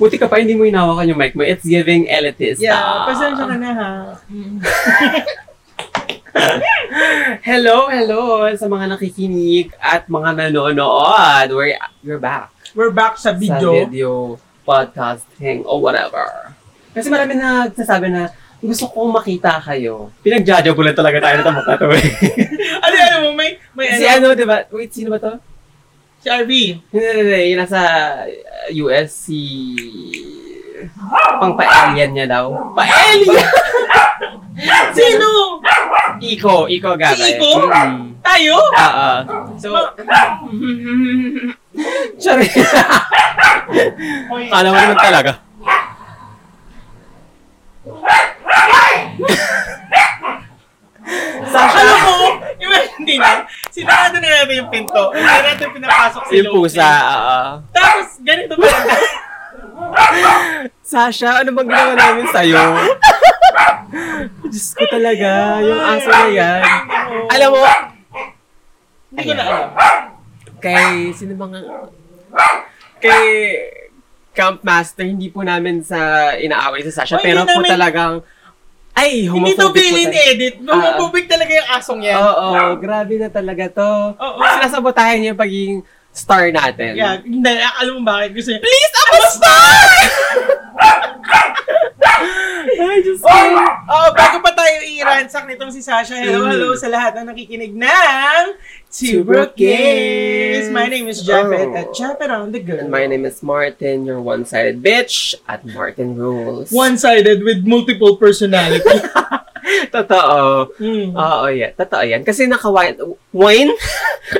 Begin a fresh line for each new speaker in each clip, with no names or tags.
Buti ka pa, hindi mo hinawakan yung mic mo. It's giving elitist.
Yeah,
Ah.
pasensya ka na ha.
Hello, hello sa mga nakikinig at mga nanonood. We're, we're back
We're back sa
sa
video.
video podcasting or whatever. Kasi marami nagsasabi na gusto ko makita kayo. Pinagjajabulan talaga tayo nito mukha to. eh.
Ano, ano mo, may, may
si
ano,
ano, di ba? Wait, sino ba to?
si RB.
Hindi, hindi, hindi. Yung nasa uh, US, si...
Ah!
Pang pa-alien niya daw. Pa-alien!
Sino?
Iko, Iko Garay.
Si Iko?
Mm.
Tayo?
Oo. So,
Ma-
Sorry. Kala mo naman talaga.
Akala
Sasha,
ko, yung hindi na, sinarado na natin yung pinto. Hindi natin pinapasok si
yung
Loki.
pusa, ah, oo.
Tapos, ganito pa lang.
Sasha, ano bang ginawa namin sa'yo? Diyos ko talaga, yung aso na yan. Alam mo,
Hindi ko na alam.
kay sino mga kay Camp Master hindi po namin sa inaaway sa Sasha
Oy,
pero
hindi
po
Oh, namin-
talagang ay
Hindi
homophobic
to eh. bilin
po Ah.
edit. Bumububig talaga yung asong yan.
Oo, grabe na talaga to.
Oo.
Sinasabotahin niya yung pagiging star natin.
Yeah, hindi, alam mo bakit gusto niya.
Please, I'm a star! ay, Mm. Diyos ko.
Oh, bago pa tayo i-ransack nitong si Sasha, hello, hello sa lahat ng nakikinig ng Seabrook Games! My name is Japet
Oh.
at Japet on the go.
And my name is Martin, your one-sided bitch at Martin Rules.
One-sided with multiple personality.
Totoo.
Hmm.
Oo, yeah. Totoo yan. Kasi naka-wine, wine?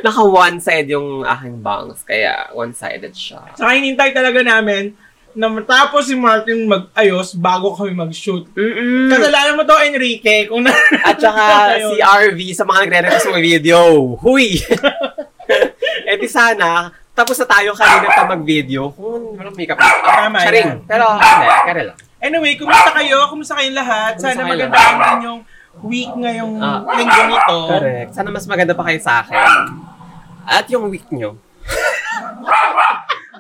naka-one side yung aking bangs. Kaya one-sided siya.
Saka hinintay talaga namin na matapos si Martin mag-ayos bago kami mag-shoot.
Mm-mm.
Kasalanan mo to, Enrique. Kung na-
At saka si RV sa mga nagre-request ng video. Huy! eh di sana, tapos na tayo kanina pa mag-video. Kung walang makeup.
Tama yan.
Charing. Pero, ano, kare lang.
Anyway, kumusta kayo? Kumusta kayong lahat?
Kumusta
Sana
kayo
maganda ang inyong week ngayong
Ah.
linggo nito.
Correct. Sana mas maganda pa kayo sa akin. At yung week nyo.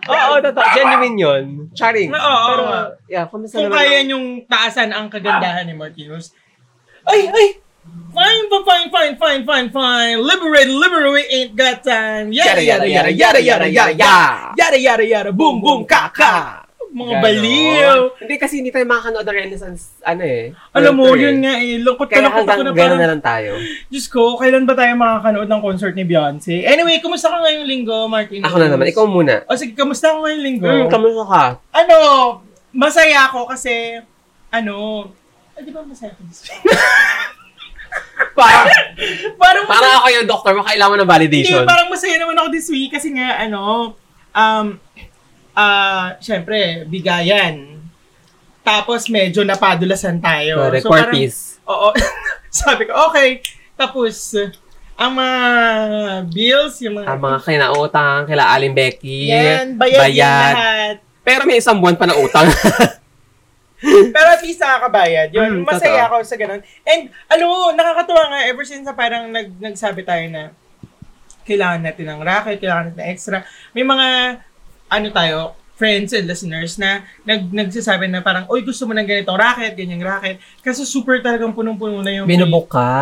Oo, totoo. Genuine yun. Charing.
Oo,
Pero,
oo.
yeah, kumusta
Kung
naman
kaya
ang-
niyong taasan ang kagandahan ni Martinez. Ay, ay! Fine, fine, fine, fine, fine, fine, fine. Liberate, liberate, ain't got time. Yada, yada, yada, yada, yada, yada, yada, yada, yada, yada, boom, boom, kaka. Mga
Ganon.
baliw.
Hindi kasi hindi tayo makakanood ng Renaissance, ano eh.
Alam mo,
Walter,
yun
eh.
nga eh. Lungkot ka
Kaya
na ko
hanggang
na
gano'n
parang,
na lang tayo.
Diyos ko, kailan ba tayo makakanood ng concert ni Beyonce? Anyway, kumusta ka ngayong linggo, Martin?
Ako na naman, ikaw muna.
O sige, kamusta ka ngayong linggo?
Hmm, kamusta ka?
ano, masaya ako kasi, ano, ay, di ba masaya ako?
Para,
parang
para
masaya,
ako yung doctor mo, kailangan mo ng
hindi,
validation.
parang masaya naman ako this week kasi nga, ano, um, ah, syempre, bigayan. Tapos medyo napadulasan tayo.
Correct,
So,
four
parang-
piece.
Oo. Sabi ko, okay. Tapos, ang mga bills, yung mga...
Ang mga kinautang, kila Aling Becky.
Yan, bayad,
bayad.
yan lahat.
Pero may isang buwan pa na utang.
Pero at least nakakabayad.
Mm,
Yun, masaya
totoo.
ako sa ganun. And, alam mo, nakakatuwa nga, ever since na parang nag, nagsabi tayo na kailangan natin ng racket, kailangan natin ng extra. May mga, ano tayo, friends and listeners na nag, nagsasabi na parang, oy gusto mo ng ganitong racket, ganyang racket. Kasi super talagang punong-puno na yung...
Binubok ka. Ah.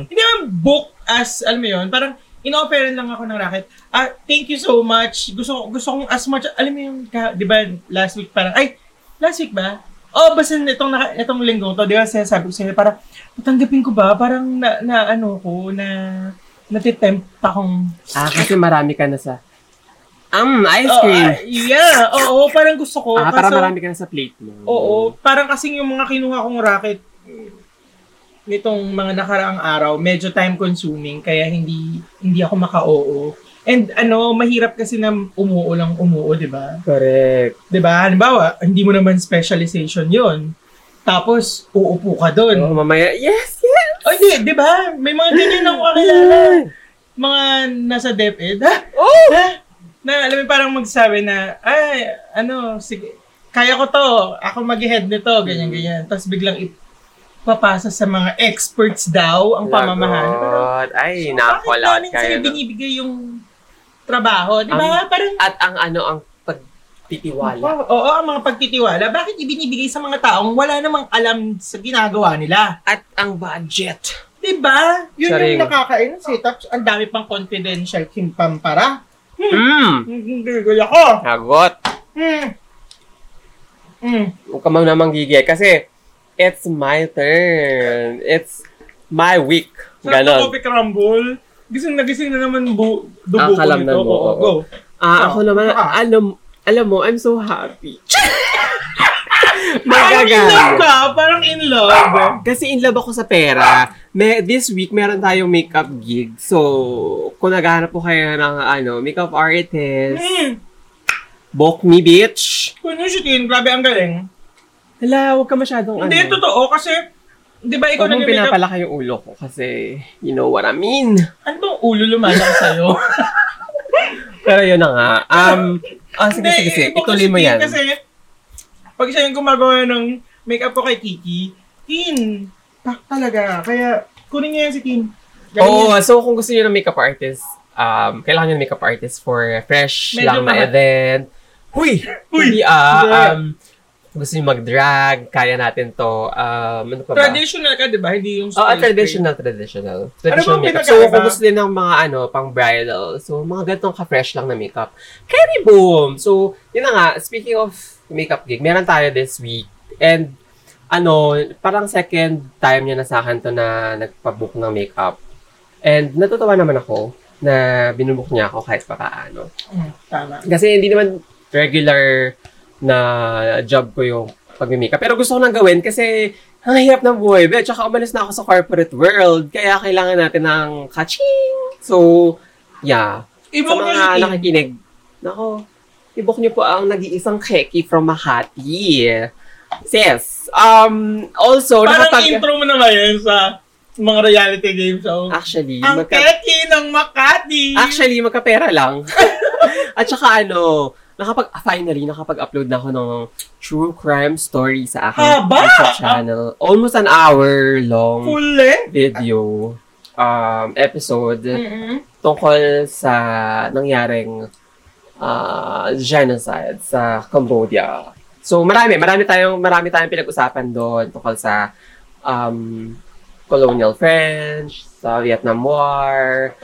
Oo. Hindi naman book as, alam mo yun, parang in-offeran lang ako ng racket. Ah, thank you so much. Gusto gusto kong as much, alam mo yung, ka- di ba, last week parang, ay, last week ba? Oh, basta itong, naka, itong linggo to, di ba, sinasabi ko sa'yo, parang, tanggapin ko ba? Parang na, na ano ko, na, natitempt akong
Ah, kasi marami ka na sa... Um, ice
Oh,
cream.
ah, yeah, oo, parang gusto ko.
ah, para
kaso-
marami ka na sa plate mo.
Oo, parang kasing yung mga kinuha kong racket nitong mga nakaraang araw, medyo time consuming kaya hindi hindi ako maka-oo. And ano, mahirap kasi na umuo lang umuo, 'di ba?
Correct.
'Di ba? Halimbawa, hindi mo naman specialization 'yon. Tapos uupo ka doon.
Oo, Oh, mamaya, yes, yes!
Oh, hindi, 'di ba? May mga ganyan ako kakilala. Mga nasa DepEd. Ha?
Oh!
na, na alam mo parang magsabi na, ay, ano, sige, kaya ko to, ako mag-head nito, ganyan, ganyan. Tapos biglang ipapasa sa mga experts daw ang pamamahala.
oh,
Pero,
Lagot. Ay,
bakit
nako, lahat
namin sila
kayo. no?
binibigay yung trabaho? Di ba? parang,
At ang ano, ang pag Titiwala.
Oo, oo, ang mga pagtitiwala, bakit ibinibigay sa mga taong wala namang alam sa ginagawa nila?
At ang budget.
Diba? Yun
Saring.
yung nakakainis eh. Tapos ang dami pang confidential kimpampara. Mm,
Hmm.
Gigil ako.
Agot.
Hmm. Hmm.
Huwag ka man namang gigil. Kasi, it's my turn. It's my week.
Ganon.
Ganon.
Topic rumble. Gising na gising na naman bu- dugo
Ang
ko
kalam
nito.
na mo,
Oo,
oo.
go.
Ah, ako naman,
Ah.
alam, alam mo, I'm so happy.
Parang in love
Magagaling.
ka. Parang in love.
Kasi in love ako sa pera. May, this week, meron tayong makeup gig. So, kung naghahanap po kayo ng ano, makeup artist,
Hmm.
book me, bitch.
Kung yung shootin, grabe ang galing.
Hala, huwag ka masyadong
Hindi,
ano.
totoo kasi, di ba ikaw
Huwag mong
nag-makeup?
pinapalaki yung ulo ko kasi you know what I mean.
Ano bang ulo lumalang sa'yo?
Pero yun na nga. Um, ah, sige, sige, sige.
ibang
Ituloy mo yan.
shootin Kasi, pag siya yung gumagawa ng makeup ko kay Kiki, Tin, pak talaga. Kaya, kunin niya yan si Tin. Galing
Oo, ano
yan.
so kung gusto niyo ng makeup artist, um, kailangan niyo ng makeup artist for fresh
Medyo
lang na
mahal.
event. Huy! Huy!
Hindi.
ah, um, kung gusto niyo mag-drag, kaya natin to. Um, ano pa ba?
Traditional ka, di ba? Hindi yung
Oo, Ah,
spray-spray.
traditional, traditional. Traditional
bang
makeup.
pinagkaiba?
So, kung gusto din ng mga ano, pang bridal. So, mga ganitong ka-fresh lang na makeup. Carry boom! So, yun na nga, speaking of makeup gig, meron tayo this week. And, ano, parang second time niya na sa akin to na nagpabook ng makeup. And, natutuwa naman ako na binubuk niya ako kahit papaano.
Mm, Tama.
Kasi hindi naman regular na job ko yung pag-makeup. Pero gusto ko nang gawin kasi ang hirap ng buhay. Be, tsaka umalis na ako sa corporate world. Kaya kailangan natin ng kaching. So, yeah. Sa
Ibang niya si
mga
Tin.
nakikinig, nako, ibok niyo po ang nag-iisang keki from Makati. Sis, um, also,
Parang
nakapag-
intro mo na ngayon sa mga reality games. So,
Actually,
ang
magka-
keki ng Makati!
Ah, Actually, magkapera lang. At saka ano, nakapag, ah, finally, nakapag-upload na ako ng true crime story sa aking
Haba!
YouTube channel. Almost an hour long
full length?
video um, episode
mm
tungkol sa nangyaring ah, genocide sa Cambodia. So marami, marami tayong marami tayong pinag-usapan doon tungkol sa um, colonial French, sa Vietnam War.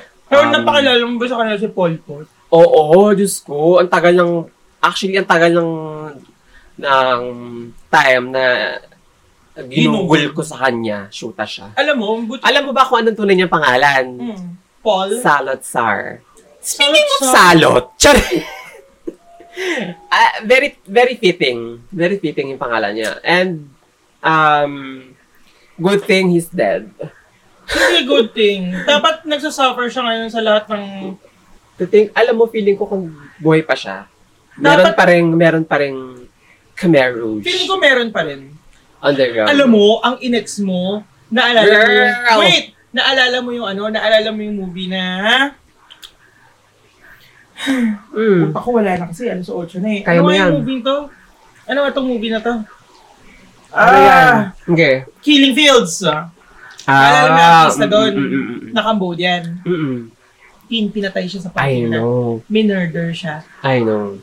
um,
Pero napakalala mo ba sa kanila si Pol Pot?
Oo, Diyos ko. Ang tagal ng, actually, ang tagal ng, ng time na ginugol ko sa kanya. Shoota siya.
Alam mo, buti...
Alam mo ba kung anong tunay niyang pangalan?
Mm, Paul?
Salot Sar. Speaking of
Salot Sar.
salot, Charing! Ah, very, very fitting. Very fitting yung pangalan niya. And, um, good thing he's dead.
Hindi good thing. Dapat nagsasuffer siya ngayon sa lahat ng...
To think, alam mo, feeling ko kung buhay pa siya, meron
Dapat-
pa rin, meron pa rin Khmer Rouge.
Feeling ko meron pa rin.
Underground.
Alam mo, ang inex mo, naalala mo yung...
Girl!
Wait! Naalala mo yung ano, naalala mo yung movie na...
Mm.
Ako wala na kasi, alas 8 na eh.
Kaya
ano
mo
nga
yan.
yung movie to? Ano nga itong movie na to? Ah.
Ano yan? Okay. Ah, mm,
Killing Fields. ah. Naalala mo yung artista doon? Na Cambodian. Pin, pinatay siya sa
I
pagkina.
know.
Minurder siya.
I know.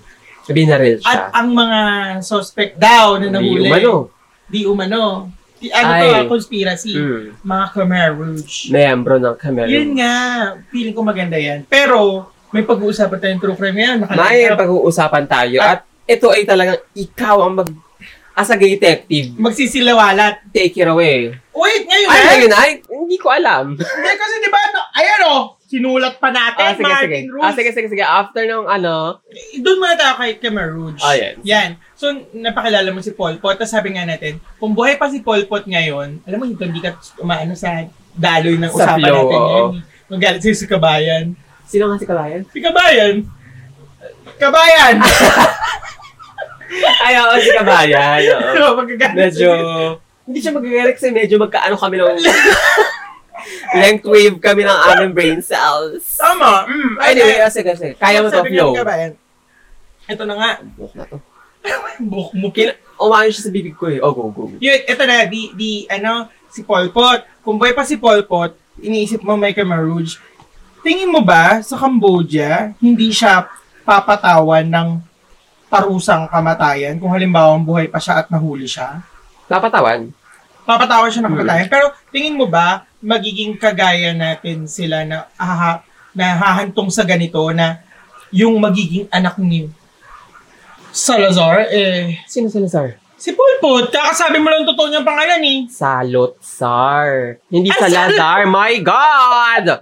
Binaril
At
siya.
ang mga suspect daw na nahuli.
Yung ano?
Di umano. Di, ano
Ay.
to, ah, conspiracy.
Mm.
Mga Khmer Rouge.
Membro ng Khmer
Yun nga, feeling ko maganda yan. Pero, may pag-uusapan tayong true crime yan.
May
Nakalala.
pag-uusapan tayo at ito ay talagang ikaw ang mag... As a detective,
Magsisilawalat.
take it away.
Wait, ngayon.
Ay,
eh.
ayun ay, hindi ko alam.
Hindi, kasi di ba, ano, ayan o, sinulat pa
Ah,
natin,
sige,
Martin
sige.
Rules.
Ah, sige, sige, sige. After nung ano,
Doon muna tayo kay Khmer Rouge.
Ah, yan.
Yan. So, napakilala mo si Pol Pot. Tapos sabi nga natin, kung buhay pa si Pol Pot ngayon, alam mo, hindi, hindi ka umaano sa daloy ng
Sa
usapan
flow,
natin
oo.
ngayon. Magalit sa'yo si Kabayan.
sino nga si Kalayan?
Si Kabayan! Kabayan!
Ay, oo, si Kabayan. oo.
so, magagalit.
Medyo... Hindi siya magagalit kasi medyo magkaano kami ng... length wave kami ng aming brain cells.
Tama. Mm,
Anyway, ah, sige, sige. Kaya mo to
Sabi nga
flow.
ni Kabayan, Ito na nga. Buhok mo. Kina-
Umayon siya sa bibig ko eh. Oh, go, go. go.
Yun, ito na, di, di, ano, si Pol Pot. Kung buhay pa si Pol Pot, iniisip mo may Khmer Rouge. Tingin mo ba sa Cambodia, hindi siya papatawan ng parusang kamatayan kung halimbawa buhay pa siya at nahuli siya?
Napatawan.
Papatawa siya ng kamatayan. Pero tingin mo ba magiging kagaya natin sila na haha, na hahantong sa ganito na yung magiging anak ni Salazar eh
Sino sila, sir?
si Pulpot kakasabi mo lang totoo niyang pangalan eh.
Salot, sir. Hindi
Ah,
Salazar. My God!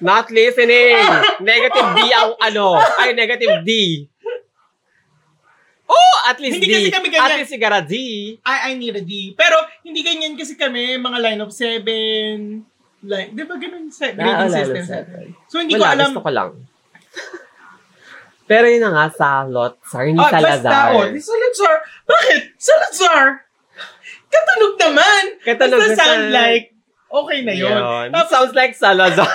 Not listening. Negative D ang ano. Ay, negative D. Oh, at least D.
Hindi kasi kami ganyan.
At least sigara D.
I, I need a D. Pero hindi ganyan kasi kami mga line of seven. Like, di ba ganun sa
Ah,
grading
wala,
system?
wala, wala.
So hindi
Wala,
ko alam.
gusto ko lang. Pero yun na nga, salot, sir. Hindi
Ah, Basta,
Salazar.
oh, Salazar. Bakit? Salazar? Katunog naman.
Katunog
Basta
na
sound
sa-
like, okay na yun.
Yun.
Tapos,
Sounds like Salazar.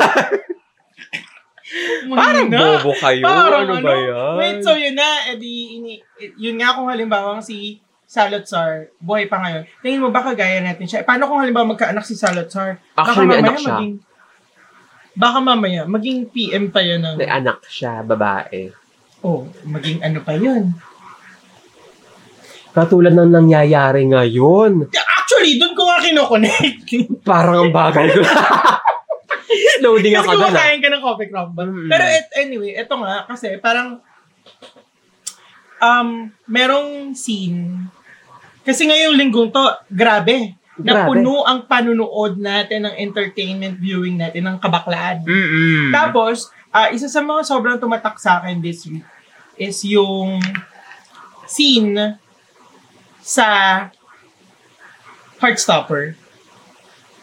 muna
Parang
na.
bobo kayo.
Parang
ano, ba yan?
Wait, so yun na, edi, ini, yun nga kung halimbawa si Salazar, buhay pa ngayon. Tingin mo ba kagaya natin siya? Eh, Paano kung halimbawa magkaanak si Salazar?
Actually, may anak siya.
maging, baka mamaya, maging PM pa yun. Ng,
May anak siya, babae.
oh, maging ano pa yun.
Katulad ng nangyayari ngayon.
Actually, doon ko nga kinoconnect.
Parang ang bagal ko. Loading
Kasi
ako doon. ah.
kumakain ka ng coffee crumble.
Mm.
Pero et, anyway, eto nga, kasi parang, um, merong scene. Kasi ngayong linggong to, grabe.
Grabe.
Napuno ang panunood natin, ng entertainment viewing natin, ng kabaklaan.
Mm-mm.
eh. Tapos, ah, isa sa mga sobrang tumatak sa akin this week is yung scene sa Heartstopper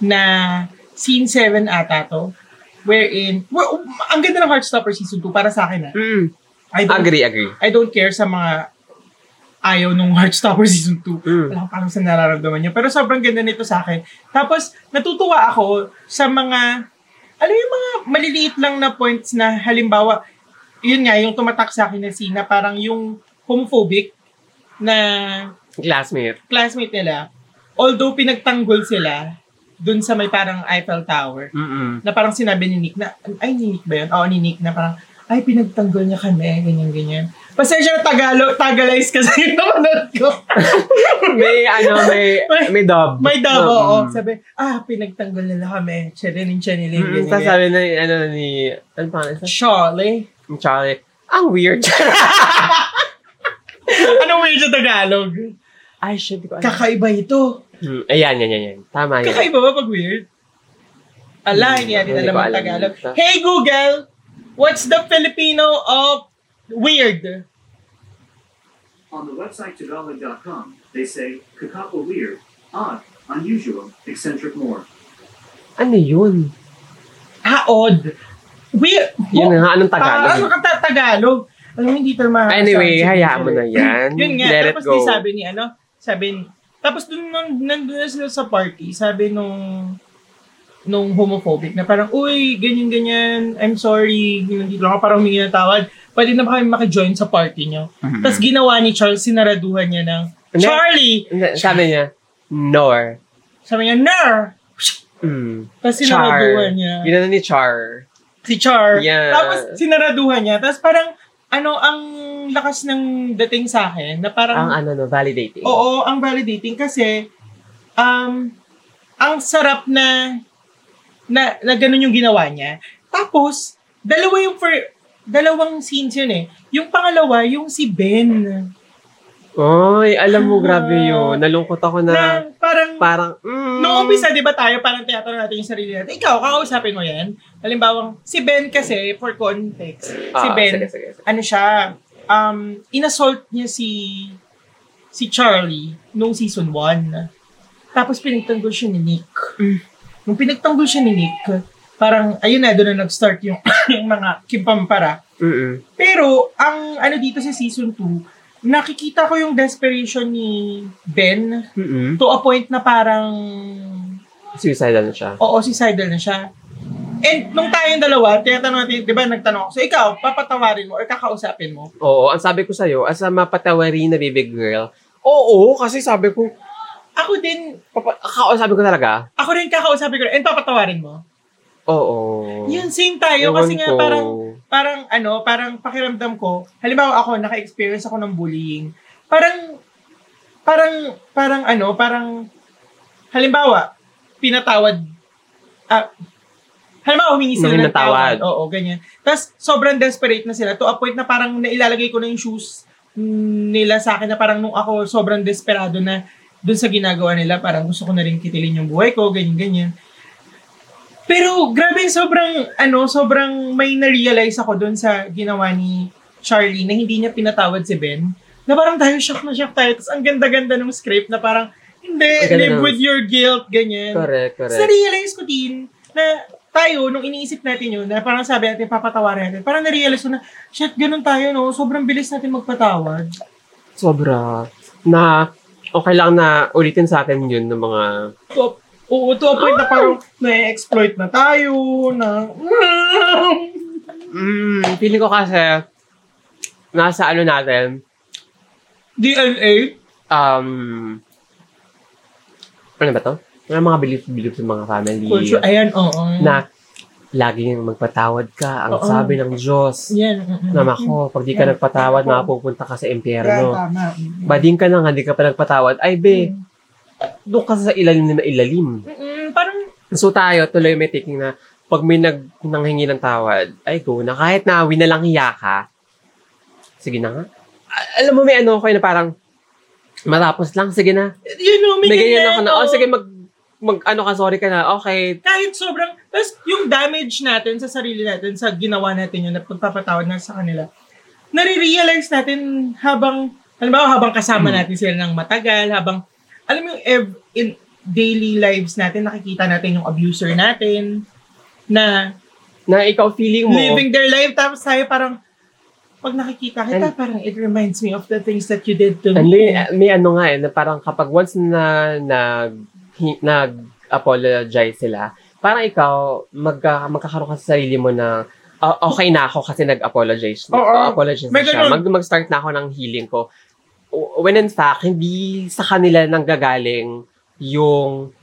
na scene 7 ata to wherein, well, ang ganda ng Heartstopper season 2 para sa akin ah.
Mm.
I don't,
Agree, agree.
I don't care sa mga ayaw nung Heartstopper season 2.
Mm.
Wala ko alam sa nararamdaman niyo. Pero sobrang ganda nito sa akin. Tapos, natutuwa ako sa mga, alam mo yung mga maliliit lang na points na halimbawa, yun nga, yung tumatak sa akin na Sina, parang yung homophobic na
Classmate.
classmate nila, although pinagtanggol sila dun sa may parang Eiffel Tower,
Mm-mm.
na parang sinabi ni Nick na, ay, ni Nick ba yun? Oo, ni Nick na parang, ay, pinagtanggol niya kami, ganyan, ganyan. Pasensya na Tagalog, Tagalize kasi yung napanood ko.
May ano, may,
May-
may dub.
May dabo,
Mm.
oo. Sabi, ah, pinagtanggol nila kami. Chiriling, chiriling,
Mm-mm.
ganyan,
Tapos
ganyan.
sabi na, ano, ni, ano pa, isa?
Surely.
Yung Charlie. Ang weird.
Anong weird sa Tagalog?
Ay, shit, di ko alam.
Kakaiba ito.
Mm, Ayan, yan, yan, yan. Tama yan.
Kakaiba ba pag weird? Ala, hindi natin
Hmm, Hindi
alam
ko
ang
alam
Tagalog.
yun.
Hey Google, what's the Filipino of weird?
On the website Tagalog.com, they say, Kakapa weird, odd, unusual, eccentric more.
Ano yun?
Ah, odd. Weird.
Yun na nga, anong
Tagalog. Ano
Tagalog? eh.
ka ta- Tagalog? Alam mo, hindi pa ma-
Anyway,
sabi-
hayaan mo na yan.
Yun nga,
Let it
tapos
go.
di sabi ni ano, sabi ni, tapos dun nung nandun na sila sa party, sabi nung nung homophobic na parang, uy, ganyan, ganyan, I'm sorry, nandito lang ako, parang humingi ng tawad, pwede na ba kami makijoin sa party niyo?
Mhm.
Tapos ginawa ni Charles, sinaraduhan niya ng,
Hindi.
Charlie!
Sabi niya, nor.
Sabi niya, ner!
Mm.
Tapos
Char.
sinaraduhan niya.
Ginano ni Char.
si Char.
Yeah.
Tapos sinaraduhan niya. Tapos parang, ano, ang lakas ng dating sa akin, na parang,
Ang ano no, validating.
Um, Oo, ang validating kasi um ang sarap na na, na ganun yung ginawa niya. Tapos dalawa yung fir- dalawang scenes yun eh. Yung pangalawa, yung si Ben.
Oy, alam mo, grabe yun. Nalungkot ako
Ah. Na,
na,
parang,
parang, mm,
nung umpisa, di ba tayo, parang tinatanong natin yung sarili natin. Ikaw, kakausapin mo yan. Halimbawang, si Ben kasi, for context,
Ah,
si Ben,
Sige, sige, sige.
ano siya, um, inassault niya si si Charlie nung season 1. Tapos pinagtanggol siya ni Nick. Nung pinagtanggol siya ni Nick, parang, ayun na, doon na nag-start yung, yung mga kimpampara.
Mm-mm.
Pero, ang ano dito sa season 2, nakikita ko yung desperation ni Ben
Mm-mm.
to a point na parang
Suicidal na siya.
Oo, suicidal na siya. And nung tayong dalawa, tinatanong natin, di ba, nagtanong ako, so ikaw, papatawarin mo or kakausapin mo?
Oo, ang sabi ko sa'yo, as a mapatawarin na baby girl, oo, kasi sabi ko,
Ako din,
papa, ako, sabi ko talaga,
ako rin kakausapin ko, and papatawarin mo.
oo.
Yun, same
Ewan
tayo, kasi nga
ko.
parang, parang ano, parang pakiramdam ko, halimbawa ako, naka-experience ako ng bullying, parang, parang, parang ano, parang, halimbawa, pinatawad, ah, halimbawa, humingi sila
Humingi
ng
ng tawad.
tawad. Oo, ganyan. Tapos, sobrang desperate na sila to a point na parang nailalagay ko na yung shoes nila sa akin na parang nung ako sobrang desperado na dun sa ginagawa nila, parang gusto ko na rin kitilin yung buhay ko, ganyan-ganyan. Pero grabe, sobrang, ano, sobrang may na-realize ako doon sa ginawa ni Charlie na hindi niya pinatawad si Ben. Na parang tayo, shock na shock tayo. Tapos ang ganda-ganda ng script na parang, hindi,
Ang ganda
live
ng-
with your guilt, ganyan.
Correct,
Tapos
correct.
na-realize ko din na tayo, nung iniisip natin yun, na parang sabi natin, papatawarin natin, parang na-realize ko na, shit, ganun tayo, no? Sobrang bilis natin magpatawad.
Sobra. Na, okay lang na ulitin sa atin yun ng mga...
To, oo, to a point na parang na-exploit na tayo, na...
Mm, feeling ko kasi, nasa ano natin,
DNA?
um, ano ba to? May mga belief-belief ng mga family.
Culture. Ayan, oo.
Na, lagi yung magpatawad ka. Ang
Oo.
sabi ng Diyos.
Yan. mm-mm.
Na nako, pag di ka
Yeah.
nagpatawad,
Ako.
mapupunta ka sa
Kaya
impyerno.
tama.
Bading ka na nga, di ka pa nagpatawad. Ay, be, doon ka sa ilalim na ilalim.
Mm, parang,
So tayo, tuloy may taking na pag may nag, nanghingi ng tawad, ay go na kahit na na lang hiya ka, sige na nga. A- alam mo, may ano ko na parang matapos lang, sige na.
you know, may
May ganyan
ganyan
ako na, oh,
oh.
sige mag, mag ano ka, sorry ka na, okay.
Kahit sobrang, tapos yung damage natin sa sarili natin, sa ginawa natin yun, na pagpapatawad na sa kanila, nare-realize natin habang, alam mo, habang kasama
Hmm.
natin sila ng matagal, habang, alam mo yung ev- in daily lives natin, nakikita natin yung abuser natin, na
Na ikaw feeling mo,
living their life, tapos tayo parang, pag nakikita kita,
And-
parang it reminds me of the things that you did to
and may,
me.
may ano nga eh, na parang kapag once na nag, hi- nag-apologize sila, parang ikaw, magka, magkakaroon ka sa sarili mo na, "Ah, okay na ako kasi nag-apologize.
Oo.
Nag-apologize na
May
siya.
ganun.
Mag, mag-start na ako ng healing ko. W- When in fact, hindi sa kanila nanggagaling yung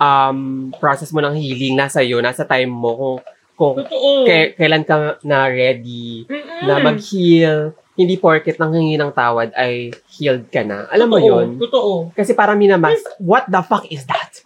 um, process mo ng healing. Nasa iyo, nasa time mo. Kung, kung
Totoo.
ke- kailan ka na ready
Mm-mm.
na mag-heal. Hindi porket nanghingi ng tawad ay healed ka na. Alam mo
Totoo,
yun?
Totoo.
Kasi para minamas, what the fuck is that?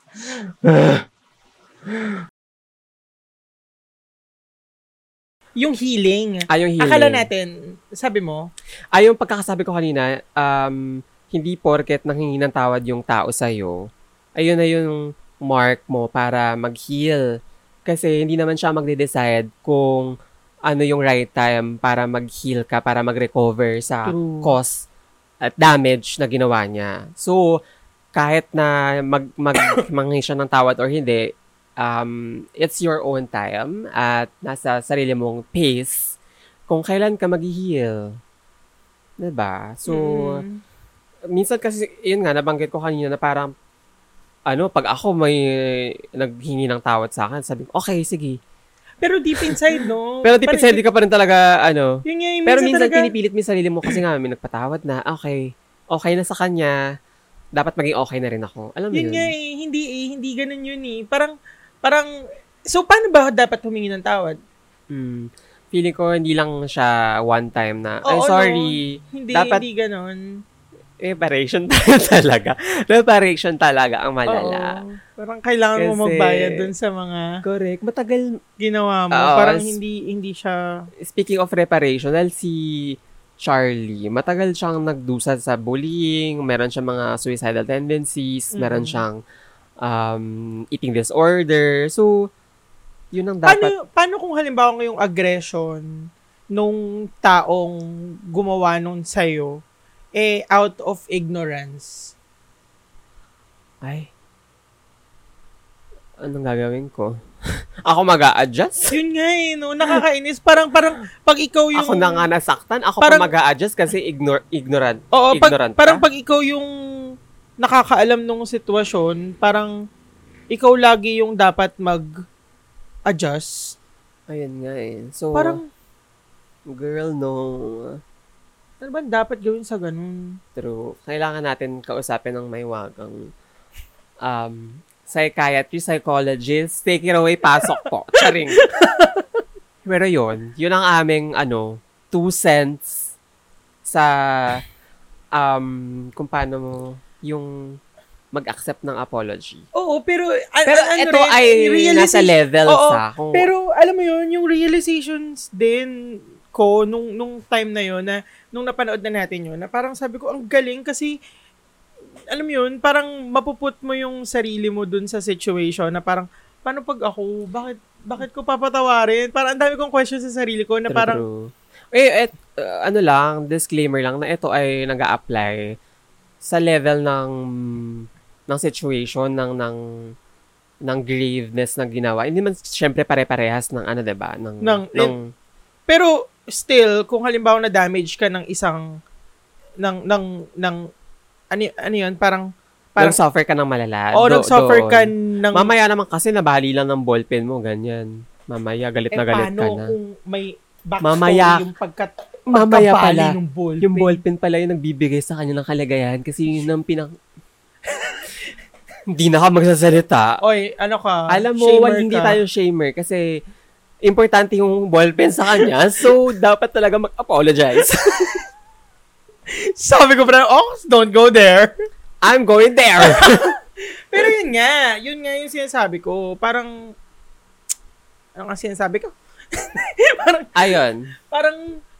Yung healing.
Ay, yung Ah, healing.
Akala natin, sabi mo,
Ay, yung pagkakasabi ko kanina, um, hindi porket nanghingi ng tawad yung tao sa'yo, ayun na yung mark mo para mag-heal. Kasi hindi naman siya magde-decide kung ano yung right time para mag-heal ka, para mag-recover sa
True.
cause at damage na ginawa niya. So, kahit na mag, mag manghingi siya ng tawad or hindi, um, it's your own time at nasa sarili mong pace kung kailan ka mag-heal. Diba? So,
Mm.
minsan kasi, yun nga, nabanggit ko kanina na parang, ano, pag ako may naghingi ng tawad sa akin, sabi ko, okay, sige.
pero deep inside, no?
Pero deep inside, di
Parang-
ka pa rin talaga, ano.
Yun nga, yung
Pero minsan
talaga,
pinipilit mo yung sarili mo kasi nga, may nagpatawad na, okay, okay na sa kanya, dapat maging okay na rin ako. Alam mo yun?
yun nga eh, hindi eh, hindi ganun yun eh. Parang, parang, so paano ba dapat humingi ng tawad?
Mm. Feeling ko, hindi lang siya one time na, ay,
Oo,
sorry.
Hindi,
Dapat-
hindi ganun.
Reparation Eh, talaga. Reparation talaga ang malala.
Oo. Parang kailangan mo
Kasi-
magbayad dun sa mga
Correct. Matagal,
ginawa mo.
Oo,
parang
as-
hindi, hindi siya,
speaking of reparation, dahil si Charlie, matagal siyang nagdusa sa bullying, meron siyang mga suicidal tendencies, meron
Mhm.
siyang um, eating disorder. So, yun ang dapat.
Paano, paano kung halimbawa ngayong aggression nung taong gumawa nun sa'yo, eh, out of ignorance?
Ay. Anong gagawin ko? ako mag-a-adjust?
Yun nga eh, no? Nakakainis. Parang, parang, pag ikaw yung...
Ako na nga nasaktan? Ako
Parang-
pa mag-a-adjust kasi ignore, ignorant.
Oo, pag,
ignorant
parang
ka?
pag ikaw yung nakakaalam nung sitwasyon, parang ikaw lagi yung dapat mag-adjust.
Ayun nga eh. So,
Parang,
girl, no.
ano ba dapat gawin sa ganun?
True. Kailangan natin kausapin ng may wagang um, psychiatrist, psychologist. Take it away, pasok po. Charing. Pero yun, yun ang aming, ano, two cents sa, um, kung paano mo, yung mag-accept ng apology.
Oo, pero... ano
Pero ito ay nasa ah, level
eh, Oo,
sa kung
Pero alam mo yun, yung realizations din ko nung nung time na yun na nung napanood na natin yun na parang sabi ko ang galing kasi alam mo yun, parang mapuput mo yung sarili mo dun sa situation na parang paano pag ako, bakit bakit ko papatawarin? Parang ang dami kong question sa sarili ko na
True,
parang
true. Eh, et, uh, ano lang, disclaimer lang na ito ay nag apply sa level ng ng situation ng ng ng graveness ng ginawa. Hindi man syempre pare-parehas ng ano 'di ba ng
Ng- Pero still, kung halimbawa na damage ka ng isang ng ng ng ano, ano yun, parang
parang
parang
suffer ka ng malala. Ah,
oh,
do-
nag-suffer ka
doon.
ng
Mamaya naman kasi nabali lang ng ballpen mo ganyan. Mamaya galit
eh,
na galit
paano
ka na.
kung may backstory
Mamaya.
yung pagkat
Mamaya
pagkabali
pala.
ng ball
Yung ballpen pala yung nagbibigay sa kanya ng kalagayan kasi yun ang pinang... Hindi na ka magsasalita.
Oy, ano ka?
Alam mo,
shamer
wag, hindi
ka.
tayo shamer kasi importante yung ballpen sa kanya. so, dapat talaga mag-apologize.
Sabi ko parang, oh, don't go there.
I'm going there!
Pero yun nga, yun nga yung sinasabi ko. Parang, ano nga sinasabi ko? parang,
Ayun.
parang,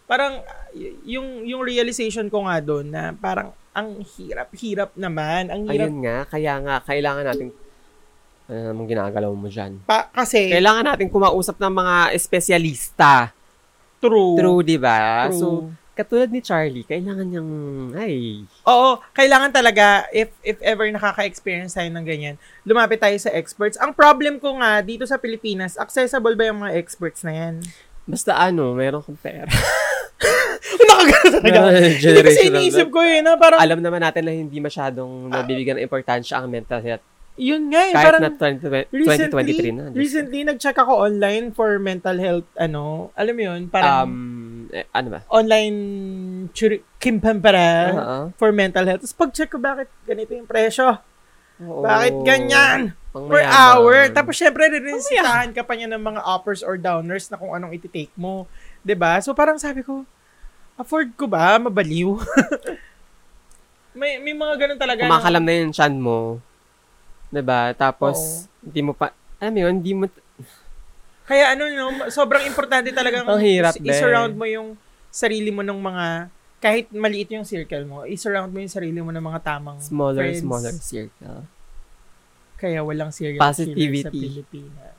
parang, ah, y- yung, yung realization ko nga doon na parang, ang hirap-hirap naman. Ang hirap
Ayun nga. Kaya nga, kailangan natin... Ano namang ginagalaw mo dyan?
pa kasi
Kailangan natin kumausap ng mga espesyalista.
true.
True, di ba?
True.
So, katulad ni Charlie, kailangan niyang... Ay,
Oo, kailangan talaga if if ever nakaka-experience tayo ng ganyan, lumapit tayo sa experts. Ang problem ko nga dito sa Pilipinas, accessible ba yung mga experts na yan?
basta ano, meron kang pera.
Nakagano talaga. Hindi kasi
Generational
iniisip
gap.
ko yun, na parang,
Alam naman natin na hindi masyadong nabibigyan ng importansya ang mental health
yun nga eh,
Kahit
parang,
na 20,
recently,
2023 na. Diyos
recently, nag-check ako online for mental health, ano, alam mo yun,
ko.
parang,
um, eh, ano ba? Ah,
online churi, kimpampara
Oo.
for mental health. Tapos pag-check ko, bakit ganito yung presyo?
Oo.
Bakit ganyan?
Pang
per
mayaman.
hour. Tapos, syempre, rinisitahan ka pa niya ng mga uppers or downers na kung anong ititake mo. 'Di ba So, parang sabi ko, afford ko ba? Mabaliw? may, may mga ganun talaga. no?
kumakalam na yung chan mo. 'Di ba? Tapos, hindi mo pa, alam mo yun, hindi mo,
Kaya ano, no, sobrang importante talaga
Ang hirap din.
i-surround mo yung sarili mo ng mga, kahit maliit yung circle mo, i-surround mo yung sarili mo ng mga tamang
smaller,
friends.
smaller circle.
Kaya walang serial killer sa
Positivity.
Pilipinas.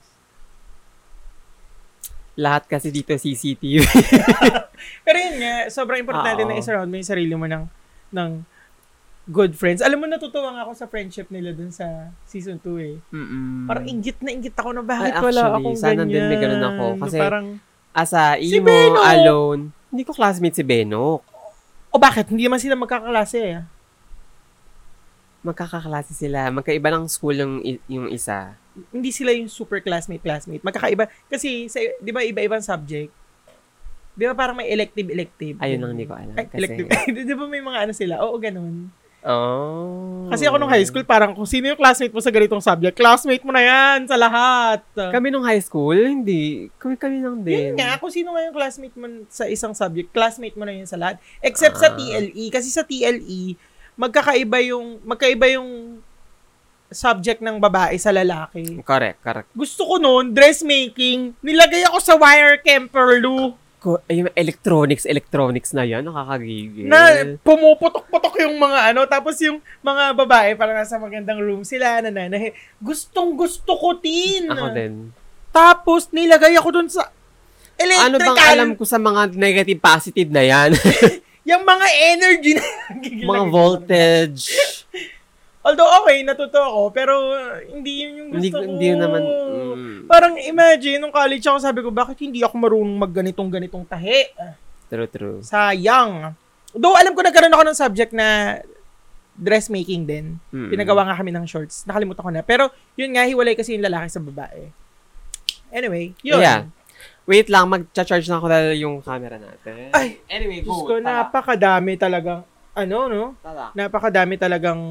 Lahat kasi dito CCTV.
Pero yun nga, sobrang
Ah,
importante
Oo.
na i-surround mo yung sarili mo ng, ng good friends. Alam mo, natutuwa nga ako sa friendship nila dun sa season 2 eh.
Mm-mm.
Parang ingit na ingit ako na bakit
Hmm. Ay,
wala
actually,
akong
sana
ganyan.
din may ganun ako. Kasi-
Parang,
Asa,
Si
imo,
Benok!
alone. Hindi ko classmate si Benok.
o bakit? Hindi naman sila magkakalase eh.
Magkakaklase sila. Magkaiba ng school yung, i- yung isa.
Hindi sila yung super classmate-classmate. Magkakaiba. Kasi, sa, di ba, iba-ibang subject? Di ba parang may elective-elective?
Ayun lang, hindi ko alam.
Ay,
Kasi-
elective. di ba may mga ano sila? Oo, ganun.
Oh.
Kasi ako nung high school, parang kung sino yung classmate mo sa ganitong subject, classmate mo na yan sa lahat.
Kami nung high school, hindi. Kami kami lang din.
Yun nga, kung sino nga yung classmate mo sa isang subject, classmate mo na yun sa lahat. Except
Ah.
sa TLE. Kasi sa TLE, magkakaiba yung, magkaiba yung subject ng babae sa lalaki.
Correct, correct.
Gusto ko noon, dressmaking, nilagay ako sa wire Kemperlu
Ko, ay, yung electronics, electronics na yan, nakakagigil.
na pumuputok-putok yung mga ano, tapos yung mga babae parang nasa magandang room sila, nananahe. Gustong gusto ko, tin!
Ako din.
Tapos nilagay ako dun sa electrical.
Ano bang alam ko sa mga negative positive na yan?
Yung mga energy na Gigil
mga
na gigil ako.
voltage.
Although okay, natuto ako, pero uh, hindi yun yung gusto
hindi,
ko.
hindi yun naman. Mm,
Parang imagine, nung college ako, sabi ko, bakit hindi ako marunong magganitong-ganitong tahi? Ah,
true, true.
Sayang. Though alam ko nagkaroon ako ng subject na dressmaking din.
Mm.
Pinagawa nga kami ng shorts. Nakalimutan ko na. Pero yun nga, hiwalay kasi yung lalaki sa babae. Anyway, yun.
Yeah. Wait lang, mag-charge na ako dahil yung camera natin.
Ay,
anyway,
Diyos
go.
ko,
tara,
napakadami talagang, ano, no?
tara.
napakadami talagang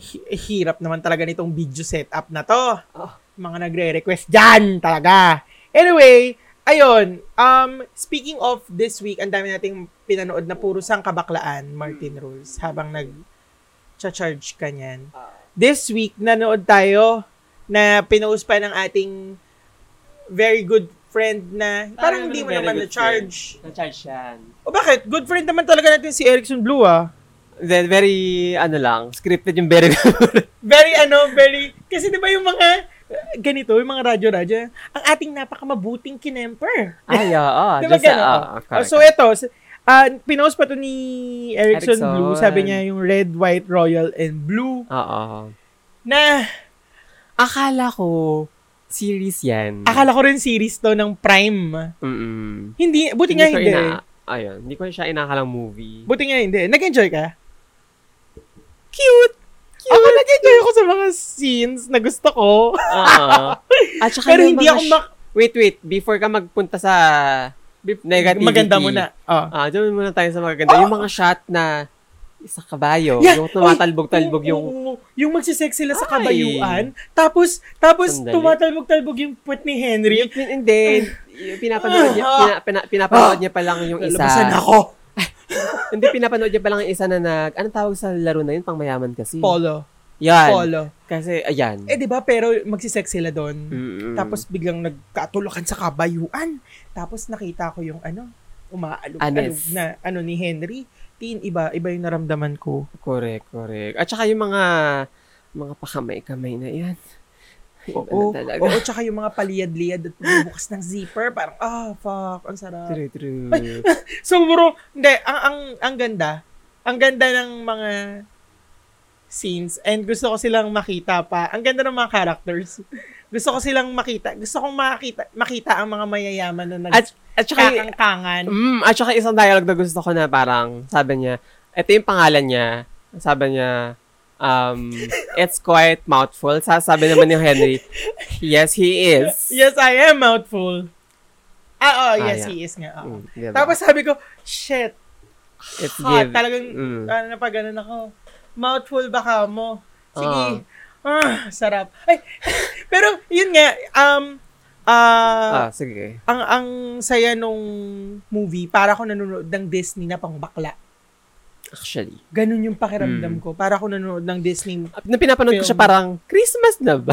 hi- hirap naman talaga nitong video setup na to.
Oh.
Mga nagre-request dyan talaga. Anyway, Ayun, um, speaking of this week, ang dami nating pinanood na puro sang kabaklaan,
Hmm.
Martin Rules, habang nag charge ka niyan.
Ah.
This week, nanood tayo na pinost pa ng ating very good friend na
Tayo
parang hindi
ng
mo
very
naman
good
na-charge.
Na-charge yan.
O bakit? Good friend naman talaga natin si Erickson Blue ah.
Then, very, ano lang, scripted yung very
Very ano, very... Kasi di ba yung mga uh, ganito, yung mga radyo-radyo, ang ating napakamabuting kinemper.
Ay, oo. ah,
Diba
just,
ganun?
ah, ah,
Oh,
correct.
so ito, s- ah, pinost pa to ni Erickson,
Erickson.
Blue, sabi niya yung red, white, royal, and blue
Oo.
na
Akala ko, series yan.
akala ko rin series to ng Prime.
Mm-mm.
Hindi, buti nga
ko
hindi.
Ina- ayun, hindi ko siya inakalang movie.
Buti nga hindi. Nag-enjoy ka? Cute! Cute! Ako nag-enjoy ako sa mga scenes na gusto ko.
Oo. At saka
Pero
yung
hindi
mga
ako
sh-
mak...
Wait, wait. Before ka magpunta sa bef- negativity.
Maganda mo na. Oh.
Ah, doon muna tayo sa maganda. Yung mga shot na sa kabayo,
Yeah.
Oh, yung tumatalbog-talbog
Ay,
yung...
oo, oo. yung magsisek sila sa
Ay.
kabayuan, tapos, tapos
Sandali.
tumatalbog-talbog yung puwet ni Henry.
Yung, hindi, yung pinapanood niya,
Ah.
pina, pina- pinapanood niya pa lang yung isa.
Lalabasan ako.
Hindi, pinapanood niya pa lang yung isa na nag... Anong tawag sa laro na yun? Pangmayaman kasi.
Polo.
Yan.
Polo.
Kasi, ayan.
Eh, di ba? Pero magsisek sila doon.
Mm-mm.
Tapos biglang nagkatulakan sa kabayuan. Tapos nakita ko yung ano, umaalog
Anis.
na ano ni Henry. Tin, iba, iba yung naramdaman ko.
Correct, correct. At saka yung mga mga pakamay-kamay na yan. Iba
Oo,
na talaga.
oo, tsaka yung mga paliyad-liyad at pagbubukas ng zipper, parang, ah, fuck, ang sarap.
True, true.
Sobrang, hindi, ang, ang, ang ganda. Ang ganda ng mga scenes and gusto ko silang makita pa. Ang ganda ng mga characters. Gusto ko silang makita. Gusto kong makita, makita ang mga mayayaman na
At, at saka, y-
nagkakangkangan.
mm, at saka isang dialogue na gusto ko na parang, sabi niya, ito yung pangalan niya. Sabi niya, um, it's quite mouthful. Sa- Sabi naman ni Henry, yes, he is.
Yes, I am mouthful.
Ah,
Ah, oh, yes,
yeah.
he is nga. oo.
Mm, diba?
Tapos sabi ko, shit,
it's
ha,
give.
talagang,
Mm.
ano, napaganan ako. Mouthful baka mo.
Ah.
Sige. Ah, sarap. Ay, pero yun nga, um,
Ah,
ah,
sige.
ang ang saya nung movie, para ako nanonood ng Disney na pang bakla.
Actually.
Ganun yung
Hmm.
pakiramdam ko. Para ako nanonood ng Disney.
Na pinapanood ko
Film.
siya parang, Christmas na ba?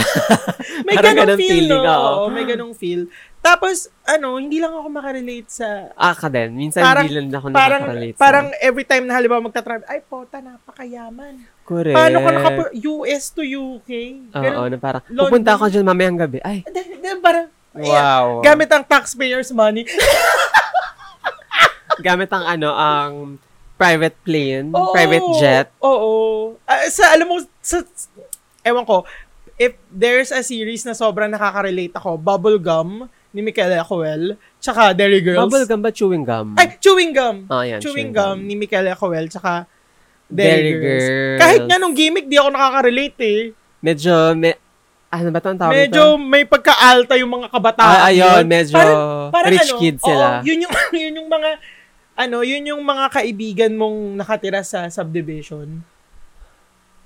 May
Parang
ganung
ganun
feel,
feeling,
no?
oo.
Oo, may ganung feel. Tapos, ano, hindi lang ako makarelate sa...
ah, ka din. Minsan
Parang-
hindi lang ako
Parang,
nakakarelate sa-
parang every time na halimbawa magta-travel, ay, pota, napakayaman.
Correct.
Paano ka naka US to UK?
Oo,
Ganun.
na ano, parang,
Lord-
pupunta ako dyan mamayang gabi. Ay,
Di- di- parang, ayan,
wow.
gamit ang taxpayers' money.
gamit ang ano, ang private plane,
Oo.
private jet.
Oo. Ah, sa, alam mo, sa, ewan ko, if there's a series na sobrang nakaka-relate ako, Bubblegum ni Michaela Coel, tsaka Dairy Girls.
Bubble gum ba chewing gum?
Ay, Chewing Gum.
Ah, yan,
chewing,
chewing gum.
Gum ni Michaela Coel, tsaka
Dairy
Dairy, Girls.
Girls.
Kahit nga nung gimmick, di ako nakaka-relate eh.
Medyo, me, ano ba ito ang tawag
Medyo may pagka-alta yung mga kabataan.
Ah, ayun,
yun. ano,
medyo rich kids sila.
Oo, yun yung, yun yung mga, ano, yun yung mga kaibigan mong nakatira sa subdivision.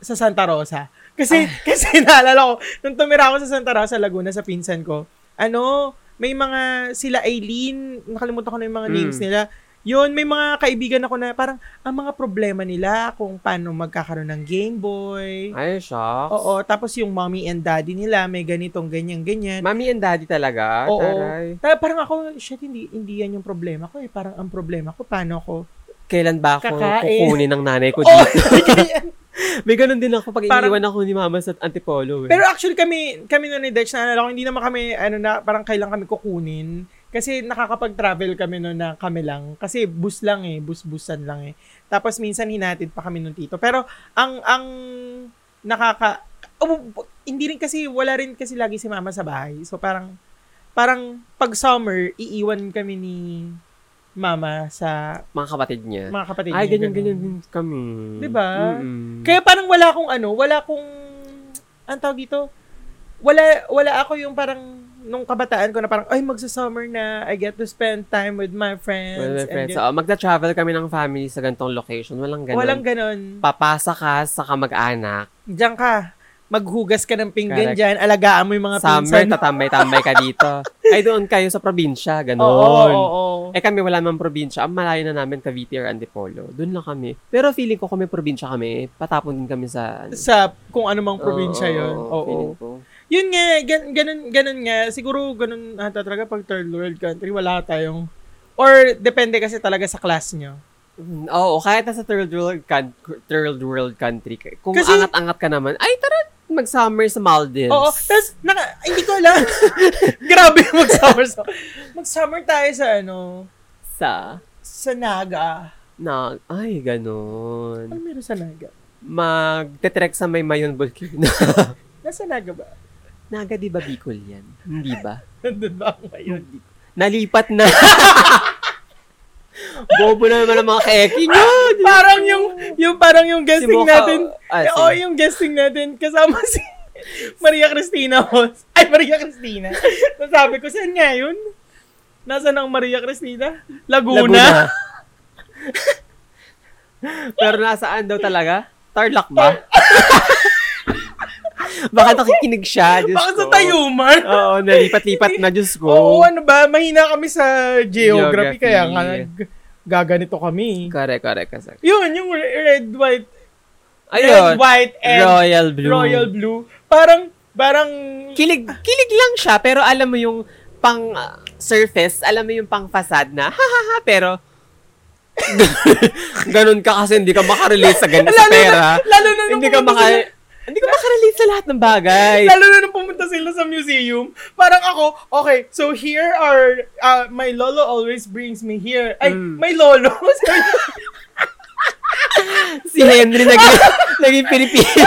Sa Santa
Ah.
Rosa. Kasi, kasi naalala ko, nung tumira ako sa Santa Rosa, Laguna, sa pinsan ko, ano, may mga, sila Aileen, nakalimutan ko na yung mga
Mm.
names nila, yun, may mga kaibigan ako na parang ang mga problema nila kung paano magkakaroon ng Game Boy.
Ay, shock.
Oo, tapos yung mommy and daddy nila may ganitong ganyan-ganyan.
Mommy and daddy talaga.
Oo.
Taray.
Ta- parang ako, shit, hindi, hindi yan yung problema ko eh. Parang ang problema ko, paano ko?
Kailan ba ako
Kakain.
kukunin ng nanay ko
Oh,
dito? May ganun din ako pag
Parang-
iniwan ako ni mama sa Antipolo. Eh.
Pero actually kami, kami nun ni Dutch, naalala ko, hindi naman kami, ano na, parang kailang kami kukunin. Kasi nakakapag-travel kami nun na kami lang. Kasi bus lang eh, bus-busan lang eh. Tapos minsan hinatid pa kami nung tito. Pero ang, ang nakaka, oh, hindi rin kasi, wala rin kasi lagi si mama sa bahay. So parang, parang pag summer, iiwan kami ni mama sa
mga kapatid niya.
mga kapatid
Ay,
niya,
ganyan-ganyan din kami.
Diba?
Mm-mm.
Kaya parang wala akong ano, wala akong, ang tawag dito, wala, wala ako yung parang, nung kabataan ko na parang, ay, magsa-summer na, I get to spend time with my friends.
Well, my
and
friends,
get-
oo, magta-travel kami ng family sa gantong location. Walang ganun.
Walang ganun.
papasa ka sa kamag-anak.
Diyan ka. maghugas ka ng pinggan
Correct.
dyan, alagaan mo yung mga
Summer,
pinsan.
tatambay-tambay ka dito. Ay, doon kayo sa probinsya, ganon.
Oo, oo, oo.
Eh kami wala mang probinsya. Ang malayo na namin Cavite or Antipolo. Doon lang kami. Pero feeling ko kung may probinsya kami, patapon din kami sa... ano.
Sa kung anumang probinsya yon. Oo.
feeling ko.
Yun nga, gan, ganun, ganun nga. Siguro ganun ata talaga pag third world country, wala tayong... Or depende kasi talaga sa class nyo.
Mm, Oo, kahit nasa third world, coun- third world country. ka- Kung
Kasi-
angat-angat ka naman, ay tara, mag-summer sa Maldives.
Oo, tapos, naka, ay, hindi ko alam. Grabe mag-summer. sa- mag-summer tayo sa ano,
Sa...
sa Naga.
Na, ay, ganon.
Ano meron sa Naga?
Magte-trek sa may Mayon Volcano.
Nasa Naga ba?
Naga, di ba Bicol yan?
Hmm.
Hindi ba?
Nandun ba ako ngayon?
Nalipat na. Bobo na naman ang mga kaeki nyo.
parang yung, yung parang yung guessing
Mocha-
natin.
ah,
eh,
si-
oh, yung guessing natin. Kasama si Maria Cristina Hos. Ay, Maria Cristina. Nasabi ko, saan nga yun? Nasaan ang Maria Cristina? Laguna.
Pero nasaan daw talaga? Tarlac ba? Baka nakikinig siya, Ah, Diyos
Baka sa
ko. Ah,
Tayuman.
Oo, nalipat-lipat na, Diyos ko.
Oo, ano ba? Mahina kami sa
Geography.
geography, kaya nga nag- gaganito kami.
Correct, correct. correct.
Yun, yung red, white, red,
Ayun,
white, and
Royal Blue.
royal blue. Parang, parang,
Kilig, kilig lang siya, pero alam mo yung pang ah, surface, alam mo yung pang facade na, ha ha ha, pero ganun ka kasi hindi ka makarelate sa ganun sa
Lalo na-
pera.
lalo na nung
hindi ka
pumunta
maka hindi ka makarelate sa lahat ng bagay.
Lalo na nung pumunta sila sa museum, parang ako, okay, so here are, uh, my lolo always brings me here. Ay,
Mm.
my lolo. Sabi niya,
Si Henry naging, naging Pilipino.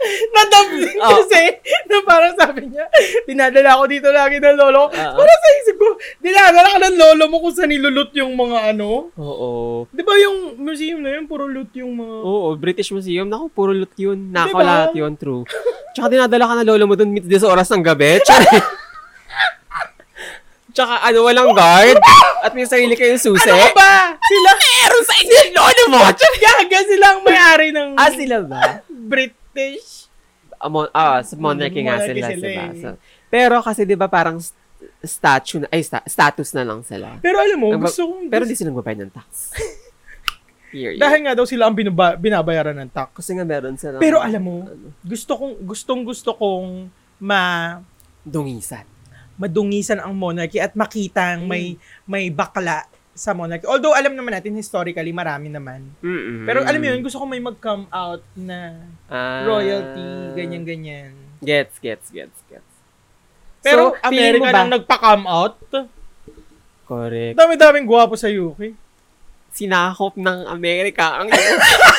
Nadamdin
Oh.
kasi, na parang sabi niya, dinadala ko dito lagi ng lolo. ko."
Ah.
Parang sa isip ko, dinadala ka ng lolo mo kung saan nilulut yung mga ano.
Oo.
Di ba yung museum na yun, puro loot yung mga...
Oo, British Museum. Naku, puro loot yun. Nakaw
Diba?
lahat yun, true. Tsaka dinadala ka na lolo mo dun mid sa oras ng gabi. Tsaka, tsaka ano, walang guard. At may sarili kayong susi.
Ano ka ba? Sila,
Meron sa inyo yung lolo mo!
gaga sila ang may-ari ng
Ah, sila ba?
British.
Amon, ah, sa monarchy nga
Monarchy
sila,
sila
diba?
eh.
So, pero kasi, di ba, parang st- statue na, ay, sta- status na lang sila.
Pero alam mo,
Nagba-
gusto kong...
Diba? Pero di sila nagbabayad ng tax. Period.
Dahil nga daw sila ang binaba- binabayaran ng tax.
kasi nga meron silang...
Pero alam mo,
ano,
gusto kong gustong gusto kong ma
dungisan.
madungisan ang monarchy at makitang may may bakla sa monarchy. Although alam naman natin historically marami naman. Pero alam mo yun, gusto kong may mag-come out na
Ah.
royalty, ganyan-ganyan.
Gets, gets, gets, gets.
Pero
So, feeling mo
Amerika
ba-
nang nagpa-come out,
Correct.
dami-daming gwapo sa UK.
Sinakop ng Amerika ang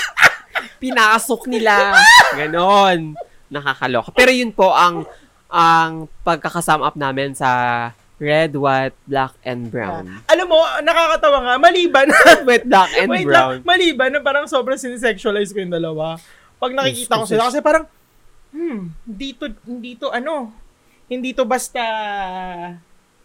pinasok nila. Ganon. Nakakaloka. Pero yun po ang ang pagkakasum up namin sa red, white, black, and brown.
Ah, Alam mo, nakakatawa nga, maliban
Wait, black and
Wait
brown.
lang, maliban na parang sobrang sinisexualize ko yung dalawa. Pag nakikita ko sila, kasi parang, hmm, hindi to, hindi to ano, hindi to basta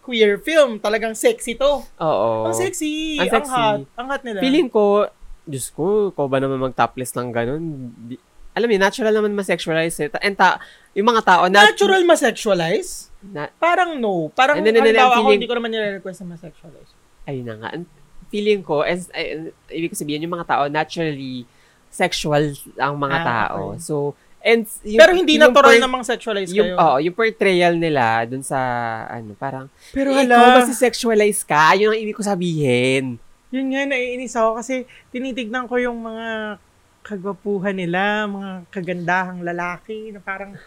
queer film. Talagang sexy to.
Oo.
Ang sexy. Ang,
Oh. Ang sexy.
hot. Ang hot nila.
Feeling ko, Diyos ko, ko ba naman mag-topless ng ganon? Di- alam mo, yun, natural naman ma-sexualize eh. Ta- And ta- yung mga tao na...
Natural masexualize?
na-
Parang no. Parang,
Hindi, hindi, hindi,
halimbawa
ang
ako,
feeling-
hindi ko naman nila request na masexualize.
ayun na nga. Ang Feeling ko, as, ay, ibig sabihin, yung mga tao, naturally, sexual ang mga
Ah,
tao.
okay.
So, and... yung-
Pero hindi
yung
natural
per-
namang sexualize
Yung,
kayo.
oo, yung portrayal nila dun sa, ano, parang,
Pero
eh, ikaw ba si sexualize ka? Yun ang ibig ko sabihin.
Yun nga, naiinis ako kasi tinitignan ko yung mga kagwapuhan nila, mga kagandahang lalaki na parang...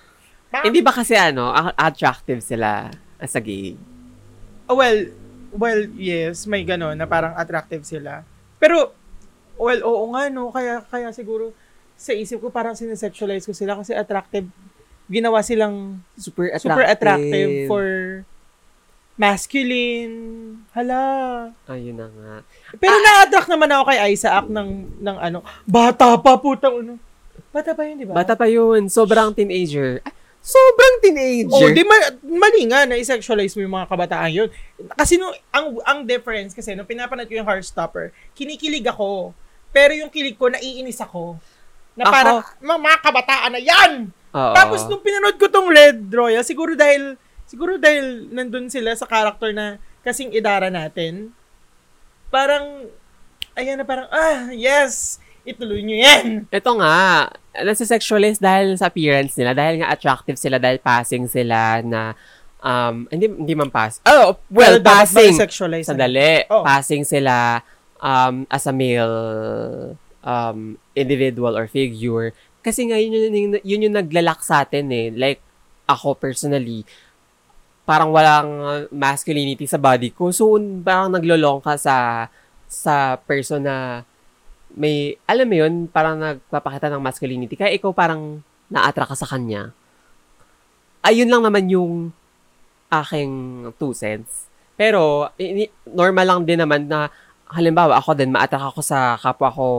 Ah.
Hindi ba kasi, ano, a- attractive sila as a gay?
Ah, well, well, yes, may gano'n na parang attractive sila. Pero, well, oo nga, no? Kaya, kaya siguro, sa isip ko, parang sinesexualize ko sila kasi attractive. Ginawa silang
Super attractive.
super attractive for masculine. Hala.
Ayun na nga.
Pero na-attract naman ako kay Isaac ng, ng ano, bata pa, putang ano. Bata pa yun, di ba?
Bata pa yun. Sobrang teenager. Ah, Sobrang teenager.
Oh, di ma- mali nga na i-sexualize mo yung mga kabataan yun. Kasi no, ang ang difference kasi nung pinapanood ko yung Heartstopper, kinikilig ako. Pero yung kilig ko, naiinis ako. Na parang, mga, mga kabataan na yan!
Oo.
Tapos nung pinanood ko tong Red Royal, siguro dahil, siguro dahil nandun sila sa character na kasing idara natin, parang, ayan na parang, ah, yes! Ituloy nyo yan!
Ito nga, nagsisexualize dahil sa appearance nila, dahil nga attractive sila, dahil passing sila na, um, hindi, hindi man pass. Oh, well,
Pero dapat
passing.
makisexualize na.
Sandali.
Oh.
Passing sila um, as a male um, individual or figure. Kasi nga, yun yung, yun, yun yung naglalak sa atin eh. Like, ako personally, parang walang uh, masculinity sa body ko. So, un- parang naglolong ka sa, sa person na may, alam mo yun, parang nagpapakita ng masculinity. Kaya ikaw parang naatra ka sa kanya. Ayun lang naman yung aking two cents. Pero, ini- normal lang din naman na, halimbawa, ako din, ma-attract ako sa kapwa ko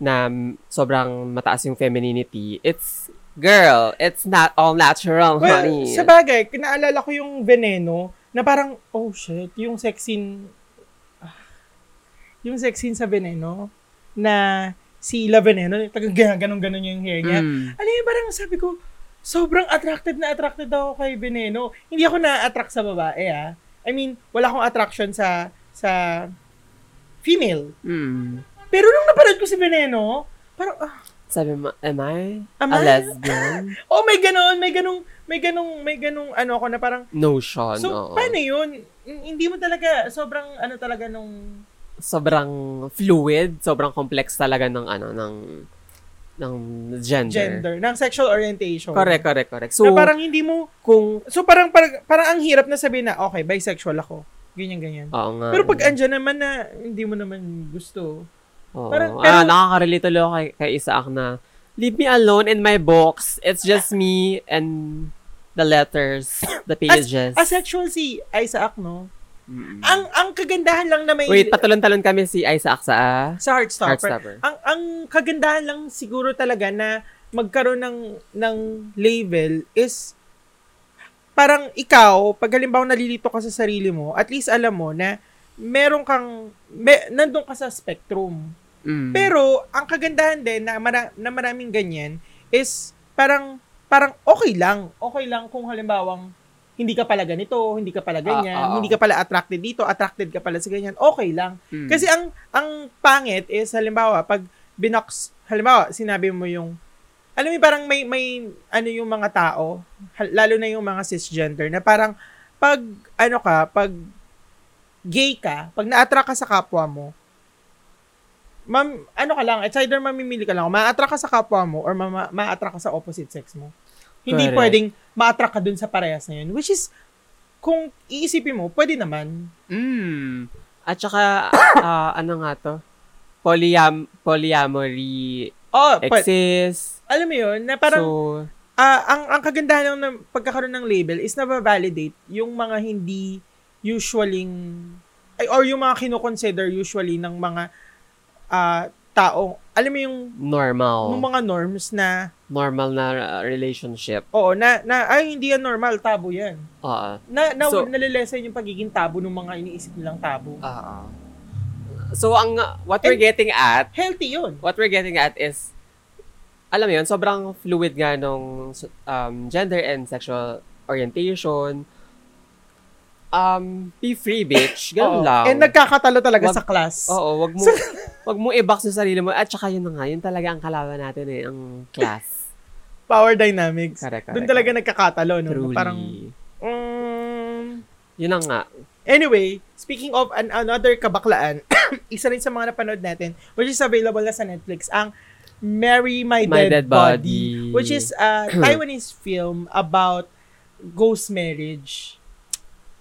na mm, sobrang mataas yung femininity. It's, girl, it's not all natural,
Well,
honey.
sa bagay, kinaalala ko yung Veneno na parang, oh shit, yung sex scene, ah, yung sex scene sa Veneno na si La Veneno, tagang ganun-ganun yung hair niya.
Mm.
Alam niyo, parang sabi ko, sobrang attracted na attracted daw ako kay Veneno. Hindi ako na-attract sa babae, ah. I mean, wala akong attraction sa sa female.
Mm.
Pero nung napanood ko si Veneno, parang, ah,
Sabi mo, am I
Am
a
I-
lesbian?
oh, may ganun, may ganung, may ganung, may ganung, ano ako na parang,
Notion,
So,
Ano, oo.
paano yun? N- Hindi mo talaga, sobrang ano talaga nung...
Sobrang fluid, sobrang complex talaga ng, ano, ng, ng gender.
gender, ng sexual orientation.
Correct, correct, correct. So,
So, na parang hindi mo,
kung,
so parang, parang, parang ang hirap na sabihin na, okay, bisexual ako. Ganyan, ganyan.
oo nga.
Pero pag andyan naman na hindi mo naman gusto.
Oo.
Parang-
ah,
pero-
nakaka-relate ulit ako kay, kay Isaac na, leave me alone in my box. It's just me and the letters, the pages.
Asexual si Isaac, no?
Mm-mm.
Ang ang kagandahan lang na may...
Wait, patulon-talon kami si Isaac sa ah,
sa Heartstopper.
Heartstopper.
Ang ang kagandahan lang siguro talaga na magkaroon ng ng label is parang ikaw, pag halimbawa nalilito ka sa sarili mo, at least alam mo na meron kang, me, nandun ka sa spectrum.
Mm.
Pero, ang kagandahan din na, mara, na maraming ganyan is parang, parang okay lang. Okay lang kung halimbawang hindi ka pala ganito, hindi ka pala ganyan,
ah, ah.
hindi ka pala attracted dito, attracted ka pala sa ganyan. Okay lang.
Mm.
Kasi ang ang pangit is halimbawa pag binox halimbawa sinabi mo yung alam mo yung parang may may ano yung mga tao hal- lalo na yung mga cisgender na parang pag ano ka pag gay ka pag na-attract ka sa kapwa mo mam ano ka lang it's either mamimili ka lang kung ma-attract ka sa kapwa mo or ma- ma- ma-attract ka sa opposite sex mo hindi
Correct.
pwedeng ma-attract ka dun sa parehas na yun which is kung iisipin mo pwede naman
Mm. At saka, ah, ano nga to? Polyam, polyamory
oh pwe-
exists.
alam mo yun na parang
so,
Ah, ang ang kagandahan lang ng pagkakaroon ng label is na validate yung mga hindi usually ay or yung mga kino-consider usually ng mga ah tao. Alam mo yung
normal.
yung mga norms na
normal na ah, relationship.
oo na, na ay hindi yan normal tabo yan.
Oo.
Na na
So- Ah.
nalilesen yung pagiging tabo ng mga iniisip nilang tabo.
Oo. So, ang, uh, what we're
And-
getting at,
Healthy yun.
what we're getting at is, alam mo yun, sobrang fluid nga nung um, gender and sexual orientation. Um, be free, bitch. Ganun
Oo.
lang.
And nagkakatalo talaga
Wag-
sa class.
Oo, wag mo, wag mo i-box yung sarili mo. At saka yun na nga, yun talaga ang kalaban natin eh, ang class.
Power dynamics.
Correct, correct.
Doon talaga nagkakatalo no.
Truly.
Parang mm,
Yun na nga.
Anyway, speaking of an- another kabaklaan, isa rin sa mga napanood natin, which is available na sa Netflix, ang Marry My,
My
Dead,
Dead
Body,
Body.
which is a Taiwanese film about ghost marriage.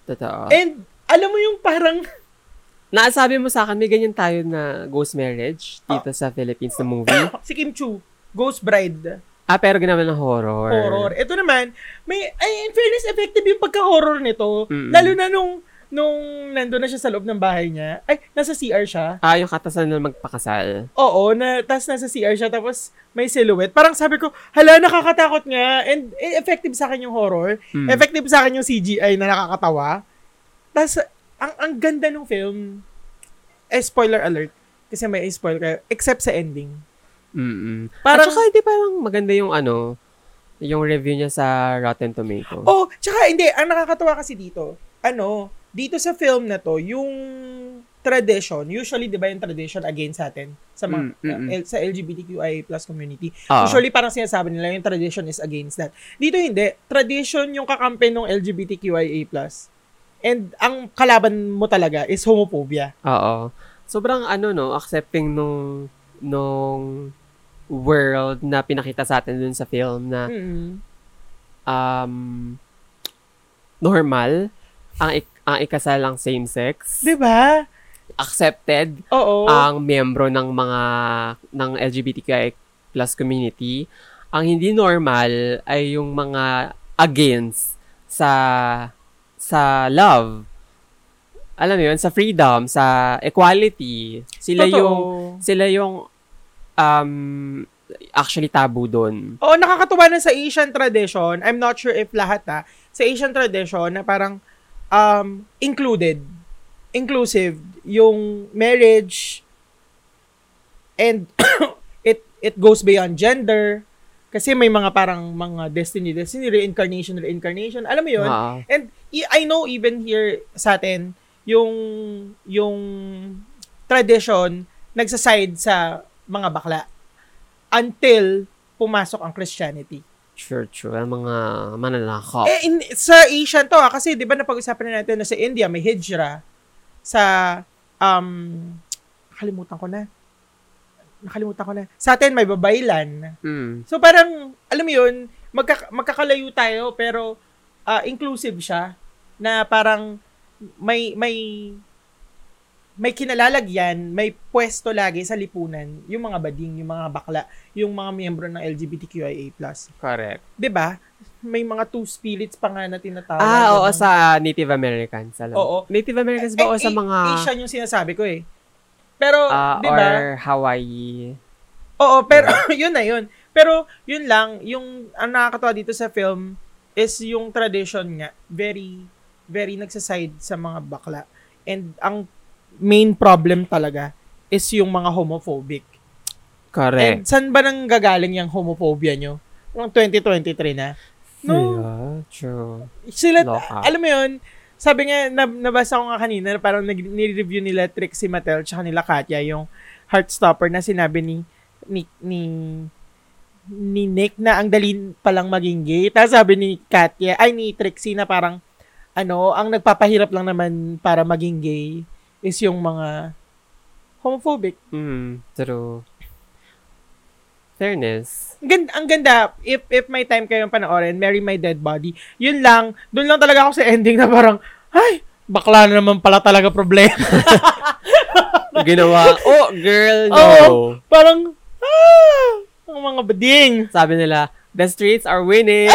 Totoo.
And alam mo yung parang,
Naasabi mo sa akin, may ganyan tayo na ghost marriage dito sa Philippines na movie.
si Kim Chu, Ghost Bride,
ah, pero ginawa ng horror.
horror. Ito naman, may, ay, in fairness, effective yung pagka-horror nito.
Mm-mm.
Lalo na nung, nung nandun na siya sa loob ng bahay niya. Ay, nasa CR siya.
Ah, yung katasan na magpakasal.
Oo, na, tas nasa CR siya, tapos may silhouette. Parang sabi ko, hala, nakakatakot nga. And eh, effective sa akin yung horror.
Mm.
Effective sa akin yung CGI na nakakatawa. Tapos, ang, ang ganda ng film, eh, spoiler alert, kasi may spoiler kayo, except sa ending.
Mm-mm.
Parang-
At saka, hindi parang maganda yung ano, yung review niya sa Rotten Tomato.
Oh, tsaka hindi, ang nakakatawa kasi dito, ano, dito sa film na to, yung tradition, usually 'di ba yung tradition against sa atin sa
Mm,
mga
mm, mm.
L- sa LGBTQI plus community.
Ah.
Usually parang sinasabi nila yung tradition is against that. Dito hindi, tradition yung kakampi ng LGBTQIA+. And ang kalaban mo talaga is homophobia.
Oo. Sobrang ano no, accepting nung nung world na pinakita sa atin dun sa film na
Mm.
um normal ang ik- ang ikasal ang same sex
'Di ba?
accepted
Oo.
ang miyembro ng mga ng LGBTQI plus community. Ang hindi normal ay yung mga against sa sa love. Alam mo yun, sa freedom, sa equality. Sila
Totoo.
yung sila yung um actually tabu doon.
Mm. Oo, nakakatuwa na sa Asian tradition, I'm not sure if lahat ha, sa Asian tradition na parang um, included, inclusive, yung marriage, and it it goes beyond gender, kasi may mga parang mga destiny, destiny, reincarnation, reincarnation, alam mo yun?
Oo.
And i- I know even here sa atin, yung yung tradition nagsaside sa mga bakla until pumasok ang Christianity.
Sure, sure. Ang mga mananakop.
Eh, in, sa Asian to, ah, kasi di ba napag-usapan na natin na sa India may hijra sa, um, nakalimutan ko na. Nakalimutan ko na. Sa atin may babaylan.
Mm.
So parang, alam mo yun, magka- magkakalayo tayo pero ah, inclusive siya na parang may may may kinalalagyan, may pwesto lagi sa lipunan yung mga bading, yung mga bakla, yung mga miyembro ng LGBTQIA+. 'Di
Correct.
ba? Diba? May mga two spirits pa nga na tinatawag.
Ah, oo,
ganun.
sa Native Americans. Alam.
Oo.
Native Americans ba o
Eh,
sa
eh,
mga...
Asian yung sinasabi ko eh. Pero, diba?
Ah,
'di ba?
Or Hawaii.
Oo, pero yun na yun. Pero yun lang, yung ang nakakatawa dito sa film is yung tradition nga, very very nagsaside sa mga bakla. And ang main problem talaga is yung mga homophobic. And
Correct.
saan ba nang gagaling yung homophobia nyo? Noong 2023 na. No.
Yeah, true.
Sila,
Loka.
Ah. alam mo yun, sabi nga, nab- nabasa ko nga kanina, parang nag- nireview nila Trixie Mattel tsaka nila Katya yung Heartstopper na sinabi ni ni ni, ni Nick na ang dali palang maging gay. Tapos sabi ni Katya, ay ni Trixie na parang ano, ang nagpapahirap lang naman para maging gay is yung mga homophobic.
Mm, true. Fairness.
Gan- ang ganda, if, if may time kayong panoorin, Marry My Dead Body, yun lang, dun lang talaga ako sa ending na parang, ay, bakla na naman pala talaga problema.
Ginawa, oh, girl, no.
Oo. parang, ah, ang mga bading.
Sabi nila, the streets are winning.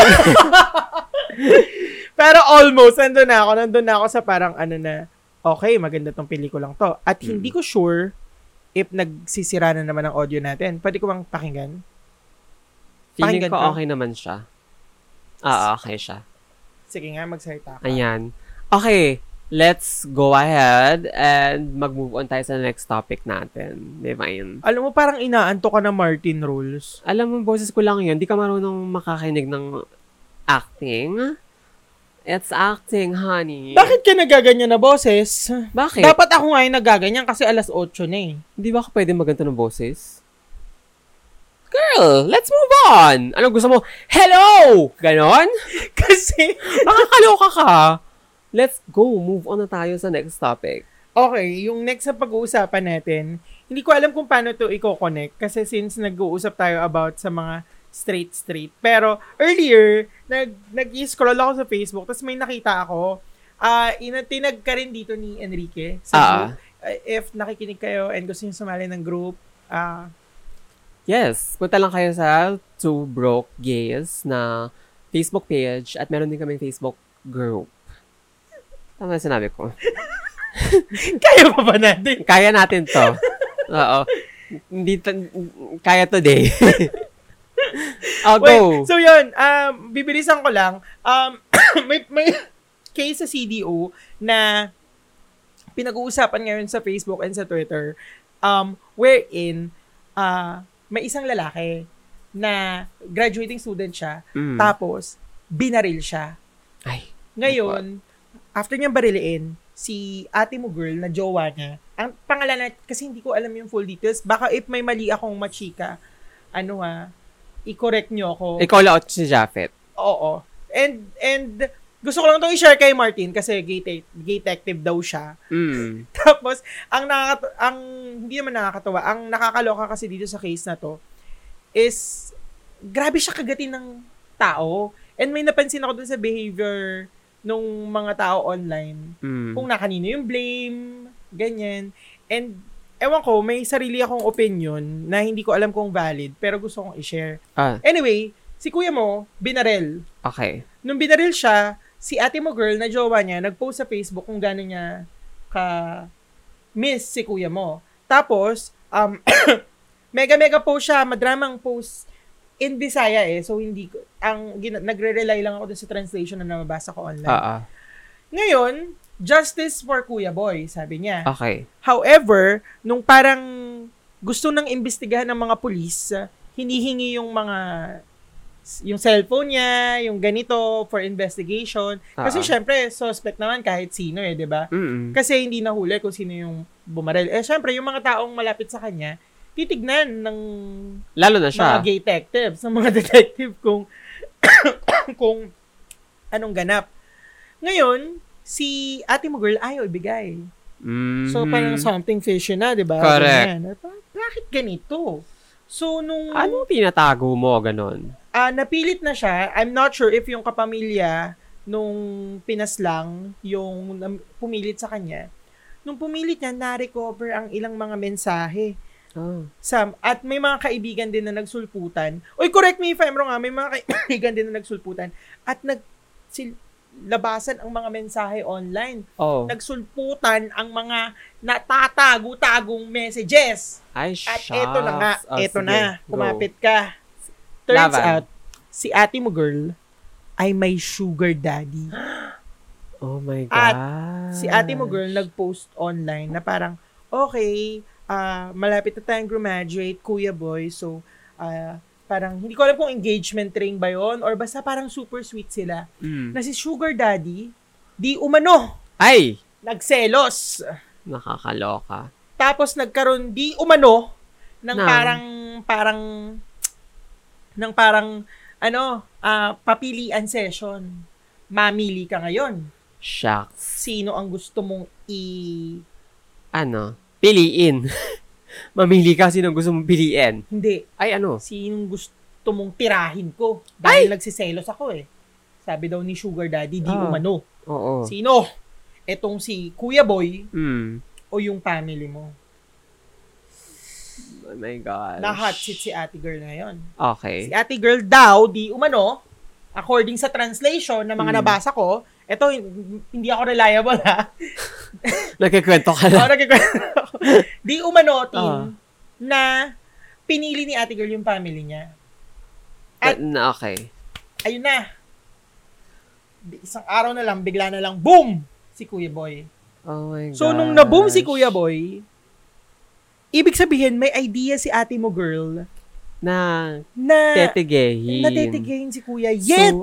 Pero almost, nandun na ako, nandun na ako sa parang ano na, okay, maganda tong pelikulang to. At
Mm.
hindi ko sure if nagsisira na naman ang audio natin. Pwede ko bang pakinggan?
Feeling
Pakinggan ka?
ko okay naman siya. Ah, okay siya.
Sige nga, magsalita ka.
Ayan. Okay, let's go ahead and mag-move on tayo sa next topic natin. Divine.
Alam mo, parang inaanto ka na Martin Rules.
Alam mo, boses ko lang yun. Di ka marunong makakinig ng acting. It's acting, honey.
Bakit ka nagaganyan na boses?
Bakit?
Dapat ako nga yung nagaganyan kasi alas 8 na eh.
Di ba ako pwede maganto ng boses? Girl, let's move on! Ano gusto mo? Hello! Ganon?
Kasi,
Nakakaloka ka! Let's go, move on na tayo sa next topic.
okay, yung next na pag-uusapan natin, hindi ko alam kung paano to i-connect kasi since nag-uusap tayo about sa mga straight-straight. Pero earlier, nag, nag-scroll ako sa Facebook tapos may nakita ako, ah ina- tinag ka rin dito ni Enrique sa
Ah.
group. Ah, if nakikinig kayo and gusto niyo sumali ng group, ah
Yes, punta lang kayo sa Two Broke Gays na Facebook page at meron din kaming Facebook group. Tama yung sinabi ko.
kaya pa ba natin?
Kaya natin to. Oo. Hindi, ta- kaya today. I'll go.
Wait, so yun, um, bibilisan ko lang. Um, may, may case sa CDO na pinag-uusapan ngayon sa Facebook and sa Twitter um, wherein uh, may isang lalaki na graduating student siya,
Mm.
tapos binaril siya.
Ay.
Ngayon, after niyang bariliin, si ate mo girl na jowa niya, ang pangalan na, kasi hindi ko alam yung full details, baka if may mali akong machika, ano ha, i-correct niyo ako.
Ikaw laot si Japheth.
Oo. And, and, gusto ko lang itong i-share kay Martin kasi gay, te- gay detective daw siya. Hmm,
Mm.
Tapos, ang nakaka- ang, hindi naman nakakatawa, ang nakakaloka kasi dito sa case na to is, grabe siya kagatin ng tao. And may napansin ako dun sa behavior nung mga tao online
Mm.
kung na kanino yung blame, ganyan. And ewan ko, may sarili akong opinion na hindi ko alam kung valid, pero gusto kong i-share.
Ah.
Anyway, si kuya mo, binarel.
Okay.
Nung binaril siya, si ate mo girl na jowa niya, nag-post sa Facebook kung gano'n niya ka-miss si kuya mo. Tapos, um, mega-mega post siya, madramang post in Bisaya eh. So, hindi ko, ang, gina- nagre-rely lang ako dun sa translation na nababasa ko online.
Ah, ah.
Ngayon, justice for Kuya Boy, sabi niya.
Okay.
However, nung parang gusto nang imbestigahan ng mga pulis, hinihingi yung mga yung cellphone niya, yung ganito for investigation. Kasi
Ah.
syempre, suspect naman kahit sino eh, 'di ba?
Mm.
Kasi hindi nahuli kung sino yung bumaril. Eh syempre, yung mga taong malapit sa kanya, titignan ng
Lalo na
mga
siya.
gay detectives, ng mga detective kung kung anong ganap. Ngayon, si ate mo girl ayaw ibigay.
Mm.
So, parang something fishy na, di ba?
Correct.
Ganyan. Eh, ba- Bakit ganito? So, nung
Anong tinatago Ano mo, ganon?
ah, napilit na siya, I'm not sure if yung kapamilya nung pinaslang, yung nam- pumilit sa kanya, nung pumilit niya, na-recover ang ilang mga mensahe.
Ah.
Sam, at may mga kaibigan din na nagsulputan. Uy, correct me if I'm wrong ha, may mga kaibigan din na nagsulputan at nag sil- labasan ang mga mensahe online.
Oh.
Nagsulputan ang mga natatago-tagong messages.
Ay,
At
shucks.
eto na nga,
Ah,
eto
sige,
na,
go.
kumapit ka. Turns
Laban.
out, si ate mo girl ay may sugar daddy.
Ah. Oh my God.
At si ate mo girl nag-post online na parang, okay, ah, malapit na tayong graduate, kuya boy, so, ah, parang, hindi ko alam kung engagement ring ba yon or basta parang super sweet sila.
Mm.
Na si sugar daddy, di umano,
Ay!
nagselos.
Nakakaloka.
Tapos nagkaroon, di umano, ng
Na.
parang, parang, ng parang, ano, ah, papilian session. Mamili ka ngayon.
Shucks.
Sino ang gusto mong i
Ano? Piliin. Mamili ka sino gusto mong piliin.
Hindi.
Ay, ano?
Sinong gusto mong tirahin ko? Dahil nagsiselos ako eh. Sabi daw ni Sugar Daddy, di
Ah.
umano.
Oo.
Sino? Etong si Kuya Boy
Mm.
o yung family mo?
Oh my God.
Na hot shit si ate girl ngayon. Si
Okay.
ate girl daw, di umano, according sa translation ng mga
Mm.
nabasa ko, eto, hin- hindi ako reliable ha.
Nagkikwento ka
Oo,
na.
nagkikwento ako. Di umano, Tin,
Ah.
na pinili ni ate girl yung family niya. at-
Na, okay.
ayun na. Di- Isang araw na lang, bigla na lang, boom! Si Kuya Boy.
Oh my God.
So, nung na-boom si Kuya Boy, ibig sabihin, may idea si ate mo girl
Na
na
tetigehin.
natitigayin si Kuya. Yet,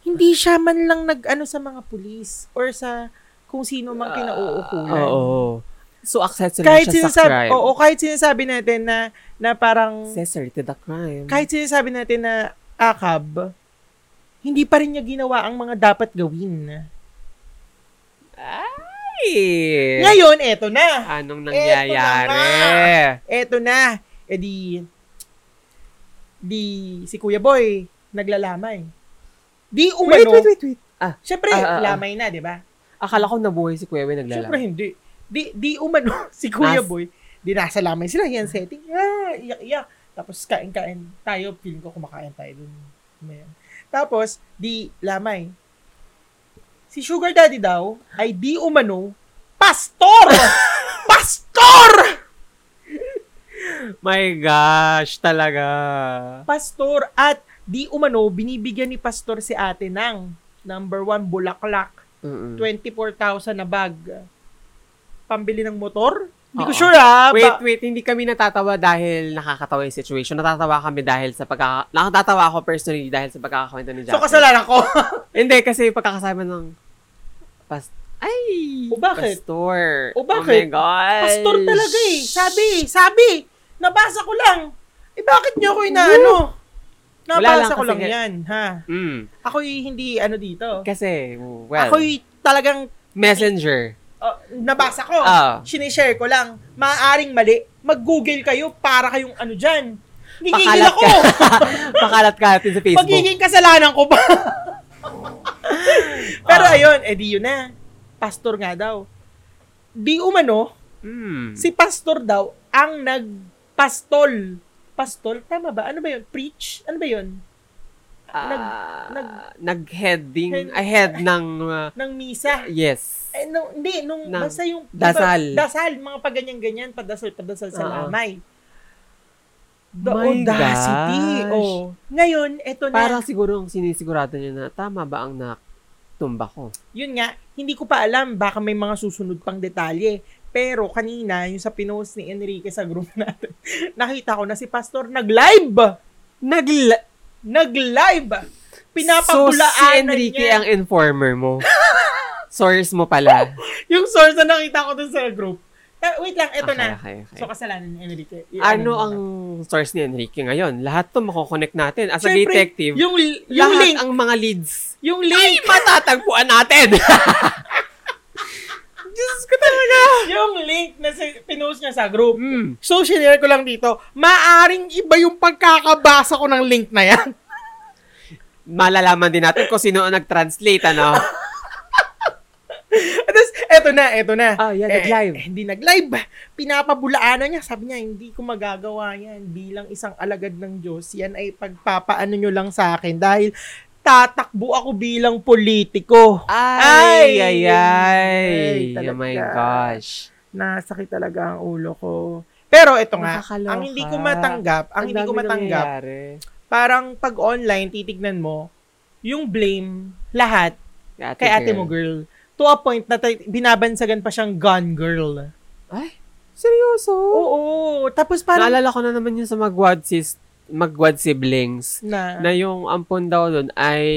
hindi siya man lang nag-ano sa mga pulis or sa kung sino mang kinauukulan.
Ah, Oo. So, accessory
Ah, Kahit
siya sa crime.
sinasabi, oo, kahit sinasabi natin na, na parang,
Accessory to the crime.
kahit sinasabi natin na akab, hindi pa rin niya ginawa ang mga dapat gawin.
Ay!
Ngayon, eto na.
Anong
Eto
nangyayari?
Eto na. E di, di si Kuya Boy, naglalamay. Di
Wait,
umano.
wait, wait, wait. Ah,
Siyempre,
Ah, ah, ah.
lamay na, di ba?
akala ko nabuhay si Kuya Wei
Siyempre,
naglalaro.
hindi. Di, di umano si Kuya
Nas-
Boy. Di nasa lamay sila. Yan setting. Ah, iyak, iyak. Tapos, kain-kain tayo. Feeling ko kumakain tayo dun. Ayan. Tapos, di lamay. Si Sugar Daddy daw ay di umano pastor! pastor!
My gosh, talaga.
pastor at di umano binibigyan ni pastor si ate ng number one bulaklak
Hmm. Mm-mm.
24,000 na bag pambili ng motor Hindi ko
Oo.
sure ah.
Wait,
Ba-
wait, hindi kami natatawa dahil nakakatawa yung situation. Natatawa kami dahil sa pagka... Nakatatawa ako personally dahil sa pagkakakwento ni Jackie.
So, kasalanan ko.
Hindi, kasi pagkakasama ng... Pas... Ay!
O, bakit?
Pastor.
O, bakit?
Oh my gosh.
Pastor talaga eh. Sabi, sabi. Nabasa ko lang. Eh, bakit niyo ako inaano?
Hmm? Wala lang
Nabasa ko
kasi
lang
nga-
yan, ha?
Mm.
Ako'y hindi ano dito.
Kasi, well,
Ako'y talagang
messenger.
oh, nabasa ko.
Ah.
Sinishare ko lang. Maaring mali. Mag-google kayo para kayong ano dyan. Nigigil
Pakalat
ako.
ka. Pakalat ka natin sa Facebook.
Magiging kasalanan ko pa. Pero
Ah.
ayun, edi yun na. Pastor nga daw. Di umano,
Mm.
si pastor daw ang nagpastol. Pastol? Tama ba? Ano ba yun? Preach? Ano ba yun?
Ah,
nag-
nag-heading,
Head-
ahead ng, uh,
Ng misa?
yes.
Eh, no, hindi, nung
Ng
basta yung... di ba,
dasal.
dasal, mga paganyan-ganyan, padasal, padasal sa
Oo.
lamay. The
My
audacity.
gosh.
Oh. Ngayon, eto na.
Parang siguro ang sinisigurado niya na tama ba ang natumba ko.
yun nga, hindi ko pa alam, baka may mga susunod pang detalye. Pero kanina, yung sa pinost ni Enrique sa group natin, nakita ko na si Pastor nag-live!
Nag
Nag-live!
so, si
Pinapapulaanan
Enrique
niya.
ang informer mo. Source mo pala.
Yung source na nakita ko dun sa group. Ah, wait lang,
Okay,
eto na.
okay, okay.
So, kasalanan ni Enrique. I-
ano
mo
ang source ni Enrique ngayon? Lahat to makokonect natin. As
na. Siyempre,
a detective,
Yung, yung
lahat
link.
ang mga leads
yung link.
matatagpuan natin. Diyos ko talaga.
yung link na si, pinost niya sa group.
Mm.
So, sinare ko lang dito, maaring iba yung pagkakabasa ko ng link na yan.
Malalaman din natin kung sino ang nag-translate, ano?
At Tapos, eto na, eto na.
Ah, yeah,
Eh,
nag-live.
eh, hindi nag-live. Pinapabulaanan niya. Sabi niya, hindi ko magagawa yan. Bilang isang alagad ng Diyos, yan ay pagpapaano nyo lang sa akin. Dahil tatakbo ako bilang politiko.
Ay,
Ay,
ay,
ay,
ay.
talaga.
oh my gosh.
Nasakit talaga ang ulo ko. Pero eto nga,
Nakakaloka.
ang hindi ko matanggap, ang hindi ko
dami
matanggap,
nangyayari.
parang pag online, titignan mo, yung blame, lahat, kay ate mo girl. To a point na tay- binabansagan pa siyang gun girl.
Ay, seryoso?
Oo. Tapos parang
Naalala ko na naman yun sa magwad sis, magwad siblings.
na,
Na yung ampon daw doon ay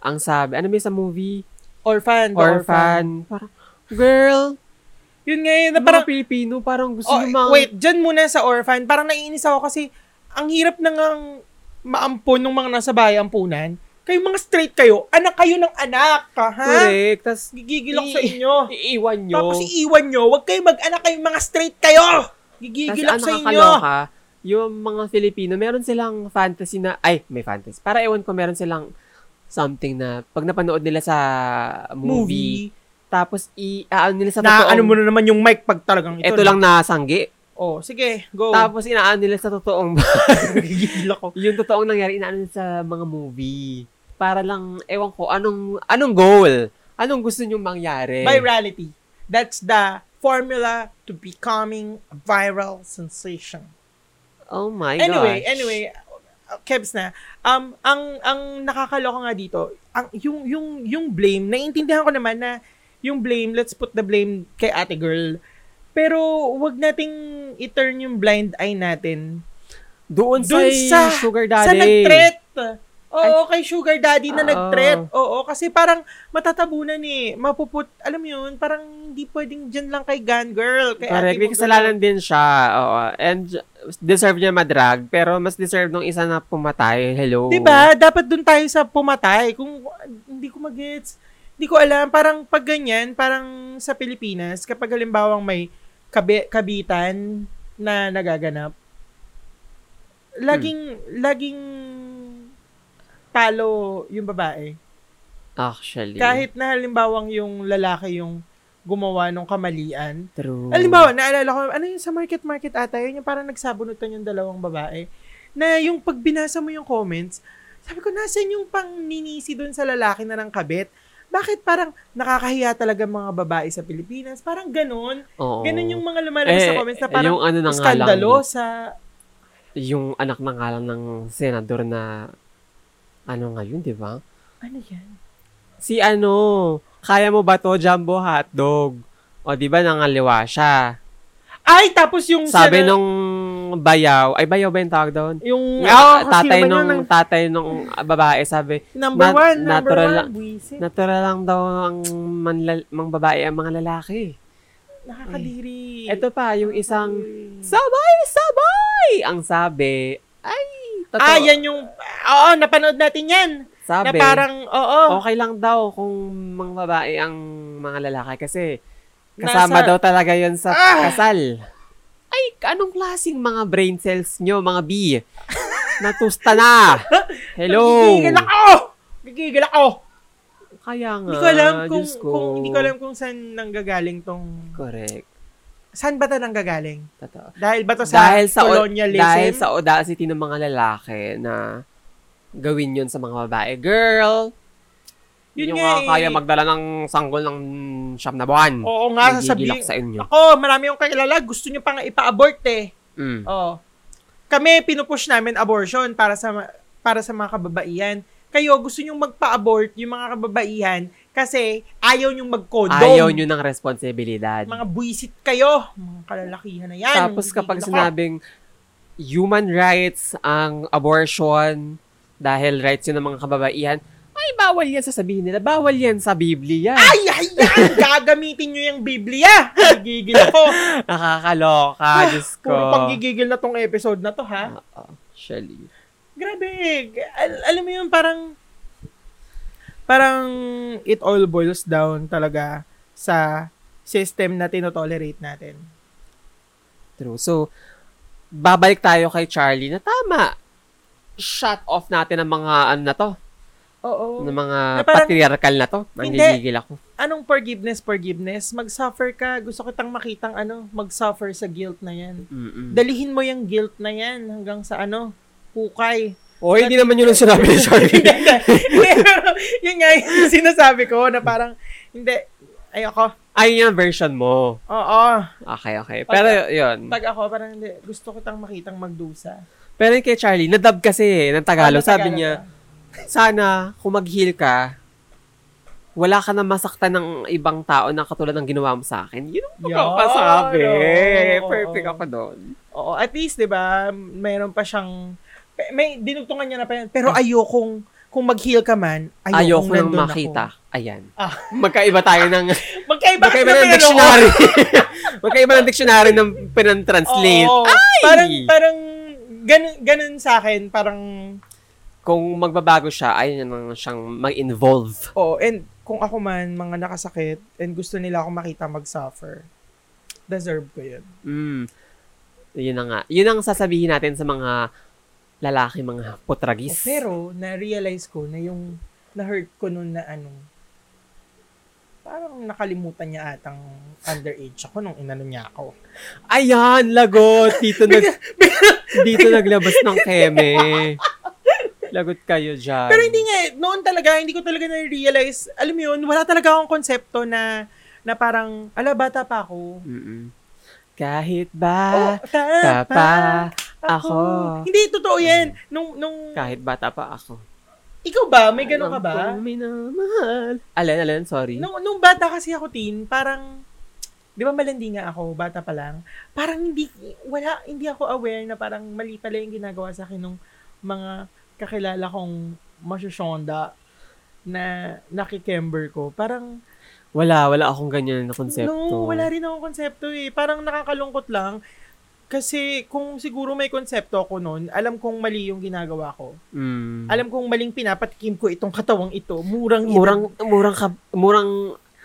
ang sabi, ano ba yun sa movie?
orphan, the
Orphan. Parang, girl,
Yun nga yun,
na
na parang,
parang Pilipino, parang gusto
oh,
yung mga...
wait, dyan muna sa orphan, parang naiinis ako kasi, ang hirap na ngang maampon ng mga nasa bahay ampunan. Kayo mga straight kayo, anak kayo ng anak, ha?
Correct. Tapos,
Gigigil ako sa inyo.
iiwan nyo.
Tapos iiwan nyo, huwag kayo mag-anak kayo, mga straight kayo! Gigigil ako
Tapos,
sa
ang
inyo!
nakakaloka, yung mga Filipino, meron silang fantasy na, ay, may fantasy. Para ewan ko, meron silang something na, pag napanood nila sa movie,
Movie.
tapos, i, aano nila sa
Na
totoong,
ano mo na naman yung mic pag talagang ito.
ito lang nasanggi.
Oh, sige, go.
Tapos, inaano nila sa totoong,
Gigigil ako.
yung totoong nangyari, inaano nila sa mga movie. Para lang, ewan ko, anong, anong goal? Anong gusto nyong mangyari?
Virality. That's the formula to becoming a viral sensation.
Oh my god.
anyway, anyway, uh, Kebs na. Um, ang ang nakakaloka nga dito, ang yung yung yung blame, naiintindihan ko naman na yung blame, let's put the blame kay Ate Girl. Pero wag nating i-turn yung blind eye natin
Doon,
Doon
sa,
sa-
Sugar Daddy.
sa
Ah,
nag-threat. Oo, kay Sugar Daddy na
Oo.
nag-threat. Oo, kasi parang matatabunan eh. Mapuput, alam mo yun, parang hindi pwedeng dyan lang kay Gun Girl. Kay
Correct.
Ate
May
Mong
kasalanan din siya. Oo. And deserve niya madrag. Pero mas deserve nung isa na pumatay. Hello.
Diba? Dapat dun tayo sa pumatay. Kung hindi ko magets, hindi ko alam. Parang pag ganyan, parang sa Pilipinas, kapag halimbawang may kabi- kabitan na nagaganap, laging,
Hmm.
laging talo yung babae.
Actually.
Kahit na halimbawang yung lalaki yung gumawa ng kamalian,
True.
Halimbawa, naalala ko, ano yung sa Market Market ata, yun yung parang nagsabunutan yung dalawang babae, na yung pag binasa mo yung comments, sabi ko, nasan yung pangninisi doon sa lalaki na ng kabit? Bakit parang nakakahiya talaga mga babae sa Pilipinas? Parang ganun.
Oo.
Ganun yung mga lumalabas sa
Eh,
comments na parang
yung ano na nga lang,
skandalosa.
yung anak na nga lang ng senador na ano ngayon, di ba?
Ano yan?
Si ano, kaya mo ba to, Jumbo Hotdog? O, di ba, nangaliwa siya.
Ay, tapos yung...
Sabi
sana-
nung bayaw, ay bayaw ba yung tawag doon?
Yung...
Ah,
Ah, sino
tatay
ba yun?
nung
Ang-
tatay nung babae sabi,
Number
na-
one, number
natural
one. Buisit.
natural lang daw ang manla- mga babae ang mga lalaki.
Nakakadiri.
Ito pa yung isang sabay sabay ang sabi. Ay, totoo.
Ah, yan yung... Oo, napanood natin yan.
sabi.
Na parang, oo.
okay lang daw kung mga babae ang mga lalaki kasi Oh, kasama
Nasa-
daw talaga yon sa
Ah!
kasal. Ay, anong klaseng mga brain cells nyo, mga B? Natusta na! Hello!
Gigigil ako! Gigigil ako!
Kaya nga,
Hindi ko alam kung,
Ah, Diyos
kung, hindi ko alam kung saan nanggagaling tong...
Correct.
Saan ba ito nanggagaling?
Totoo.
Dahil ba to sa,
dahil sa
colonialism?
dahil sa audacity ng mga lalaki na gawin yon sa mga babae. Girl, yun
Yun
yung
nga
mga
eh.
kaya magdala ng sanggol ng siyam na buwan.
Oo nga,
Nagigilak
sasabihin.
sa inyo.
Ako, marami yung kakilala. Gusto nyo pang ipa-abort eh.
Mm.
Oo. Kami, pinupush namin abortion para sa ma- para sa mga kababaihan. Kayo, gusto nyo magpa-abort yung mga kababaihan kasi ayaw nyo mag-condom.
Ayaw nyo ng responsibilidad.
Mga buisit kayo. Mga kalalakihan na yan.
Tapos kapag sinabing human rights ang abortion dahil rights yun ng mga kababaihan, ay bawal yan sasabihin nila. Bawal yan sa Biblia.
Ay, ay, ay! Gagamitin nyo yung Biblia! Nagigigil ako.
Nakakaloka, Diyos ko. Ah.
Ah, Puro panggigigil na tong episode na to, ha?
Oo, Shelly.
Grabe. Al- alam mo yun, parang parang it all boils down talaga sa system na tinotolerate natin.
True. So, babalik tayo kay Charlie na tama. Shut off natin ang mga ano na to,
Oo.
ng mga
Na parang-
patriarchal na to.
Hindi.
Nanggigigil ako.
Anong forgiveness, forgiveness? Mag-suffer ka. Gusto kitang makitang ano, mag-suffer sa guilt na yan.
Mm-mm.
Dalihin mo yung guilt na yan hanggang sa ano, hukay.
O, Oh, hindi naman yun ang sinabi ni Charlie.
Hindi, hindi. Pero yun nga yung sinasabi ko na parang, hindi, ayoko.
Ay, yun ang version mo.
Oo.
Okay, okay.
Pag-
Pero yun.
Pag ako, parang hindi. Gusto kitang makitang magdusa.
Pero yun kay Charlie, nadab kasi eh, ng Tagalog.
Ano,
Sabi
Tagalog
niya, sana kung mag-heal ka, wala ka na masaktan ng ibang tao na katulad ng ginawa mo sa akin. Yun ang
Yun,
pagpapasabi.
oo.
Perfect ako doon.
Oo, at least, di ba, mayroon pa siyang, pe- may dinugtungan niya na pa yan, pero ayokong, kung mag-heal ka man, ayokong,
Ah. Ayoko nang
nandun
makita. Ayan.
Ah.
Magkaiba tayo ng...
Ako. Magkaiba,
magkaiba ng
kasi meron ako.
dictionary. magkaiba ng dictionary ng pinantranslate.
Oo,
Ay!
parang, parang, ganun, ganun sa akin, parang,
Kung magbabago siya, ayun na lang siyang mag-involve.
oh, and kung ako man, mga nakasakit, and gusto nila akong makita mag-suffer, deserve ko yun. Hmm.
Mm. Yun na nga. Yun ang sasabihin natin sa mga lalaki, mga putragis.
Oh, Pero, na-realize ko na yung na-hurt ko nun na ano, parang nakalimutan niya atang underage ako nung inano niya ako.
Ayan, lagot. Dito, nag, dito naglabas ng keme. Lagot kayo dyan.
Pero hindi nga, eh, noon talaga, hindi ko talaga na-realize, alam mo yun, wala talaga akong konsepto na, na parang, ala, bata pa ako.
Mm-mm. Kahit ba,
Oh, ta-
ta pa ako. Hmm.
Hindi, totoo yan. Nung, nung,
Kahit bata pa ako.
ikaw ba? May ganun ka ba?
Alam kong minamahal. Alin, alin, sorry.
Nung, nung bata kasi ako teen, parang, di ba malandi nga ako, bata pa lang, parang hindi, wala, hindi ako aware na parang mali pala yung ginagawa sa akin nung mga kakilala kong masyosonda na nakikember ko. Parang,
Wala, wala akong ganyan na konsepto.
no, wala rin akong konsepto eh. Parang nakakalungkot lang. Kasi kung siguro may konsepto ako noon, alam kong mali yung ginagawa ko.
Mm.
Alam kong maling pinapatikim ko itong katawang ito. Murang ina-
murang, murang, ka, murang,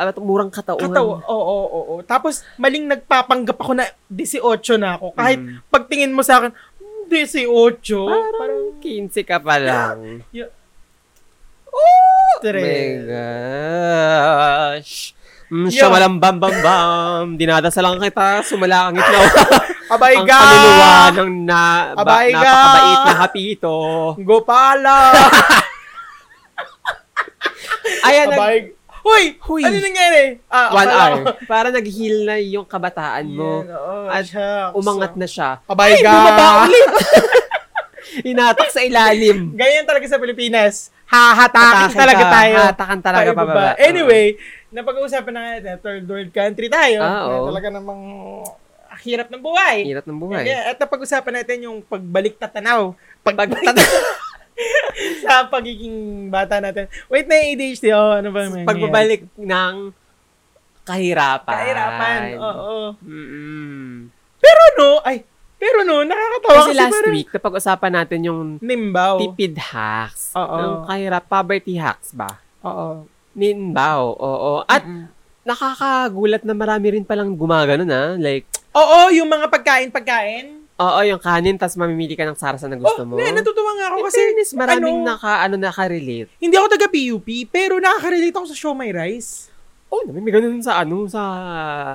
ah, murang kataon.
Katawa. Oo, oo, oo, oo. Tapos, maling nagpapanggap ako na 18 na ako. Kahit
Mm.
pagtingin mo sa akin, "Hmm, 18?
Parang,
Parang,
15 ka pa lang. Oh!
tre.
my gosh. Mm,
Yeah.
siya walang bam bam bam. Dinadasal lang kita. Sumala ang itlaw.
Abay
ang
ga!
kaluluwa ng na, ba,
Abay, ga!
napakabait na hapito.
Gopala!
Ayan, nag,
Abay. Hoy!
Huy.
Ano nangyari? Ah,
one
akala
hour.
ko-
Para nag-heal na yung kabataan mo.
Yan, oo,
At
shucks.
Umangat na siya.
Abay ga!
Bumaba ulit. Inatak sa ilalim.
Ganyan talaga sa Pilipinas. Hahatakin
Hatakan
talaga
ka,
tayo.
Hatakan talaga
Tayo
pababa.
baba. Anyway, napag-uusapan na nga natin, third world country tayo.
Ah,
na
oo.
talaga namang ang hirap ng buhay.
Hirap ng buhay.
Yeah, at napag-usapan natin yung pagbalik tatanaw. Pagbalik sa pagiging bata natin. Wait, na ADHD. Oh, ano ba yung
Pagbabalik ng kahirapan.
Kahirapan. Oo.
Mm-mm.
Pero no, ay, pero no, nakakatawa
Kasi last
parang
week, napag-usapan natin yung
Nimbaw.
tipid hacks.
Oo.
Yung kahirap, poverty hacks ba?
Oo.
Ninbaw, oo. At
Mm-mm.
nakakagulat na marami rin palang gumagano na. Like,
Oo, yung mga pagkain-pagkain.
oo, yung kanin, tas mamimili ka ng sarsa na gusto mo.
oh, na- natutuwa nga ako
In
kasi
fairness, maraming
ano-
naka, ano, naka-relate.
hindi ako taga PUP, pero nakaka-relate ako sa Show My Rice.
Oh, naman, may ganun sa ano, sa...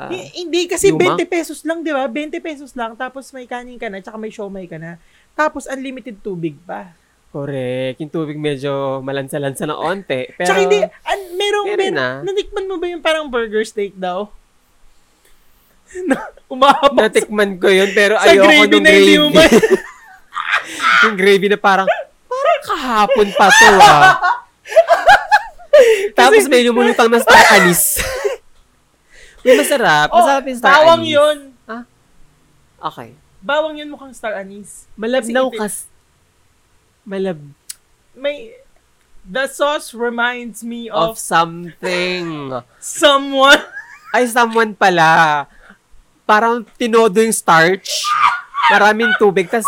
Hi- hindi, kasi
Luma?
20 pesos lang, di ba? 20 pesos lang, tapos may kanin ka na, tsaka may Show My ka na. Tapos unlimited tubig pa.
Correct. Yung tubig medyo malansa-lansa na onte. Pero,
Tsaka hindi, an, merong,
Meron
mer-
na.
natikman mo ba yung parang burger steak daw? Na- Umahabang
natikman ko yun, pero
sa
ayoko
gravy
nung
na hindi mo
gravy.
ma-
yung gravy na parang, parang kahapon pa to, ah. Tapos may lumulutang na star anise. Yung masarap. Masarap yung star
oh, bawang
anise.
yun.
Okay.
Bawang yun mukhang star anise.
Malabnaw kas...
Kasi-
Malab...
May, the sauce reminds me
Of
of,
something.
someone.
Ay, someone pala. Parang tinodo yung starch. Maraming tubig. Tapos,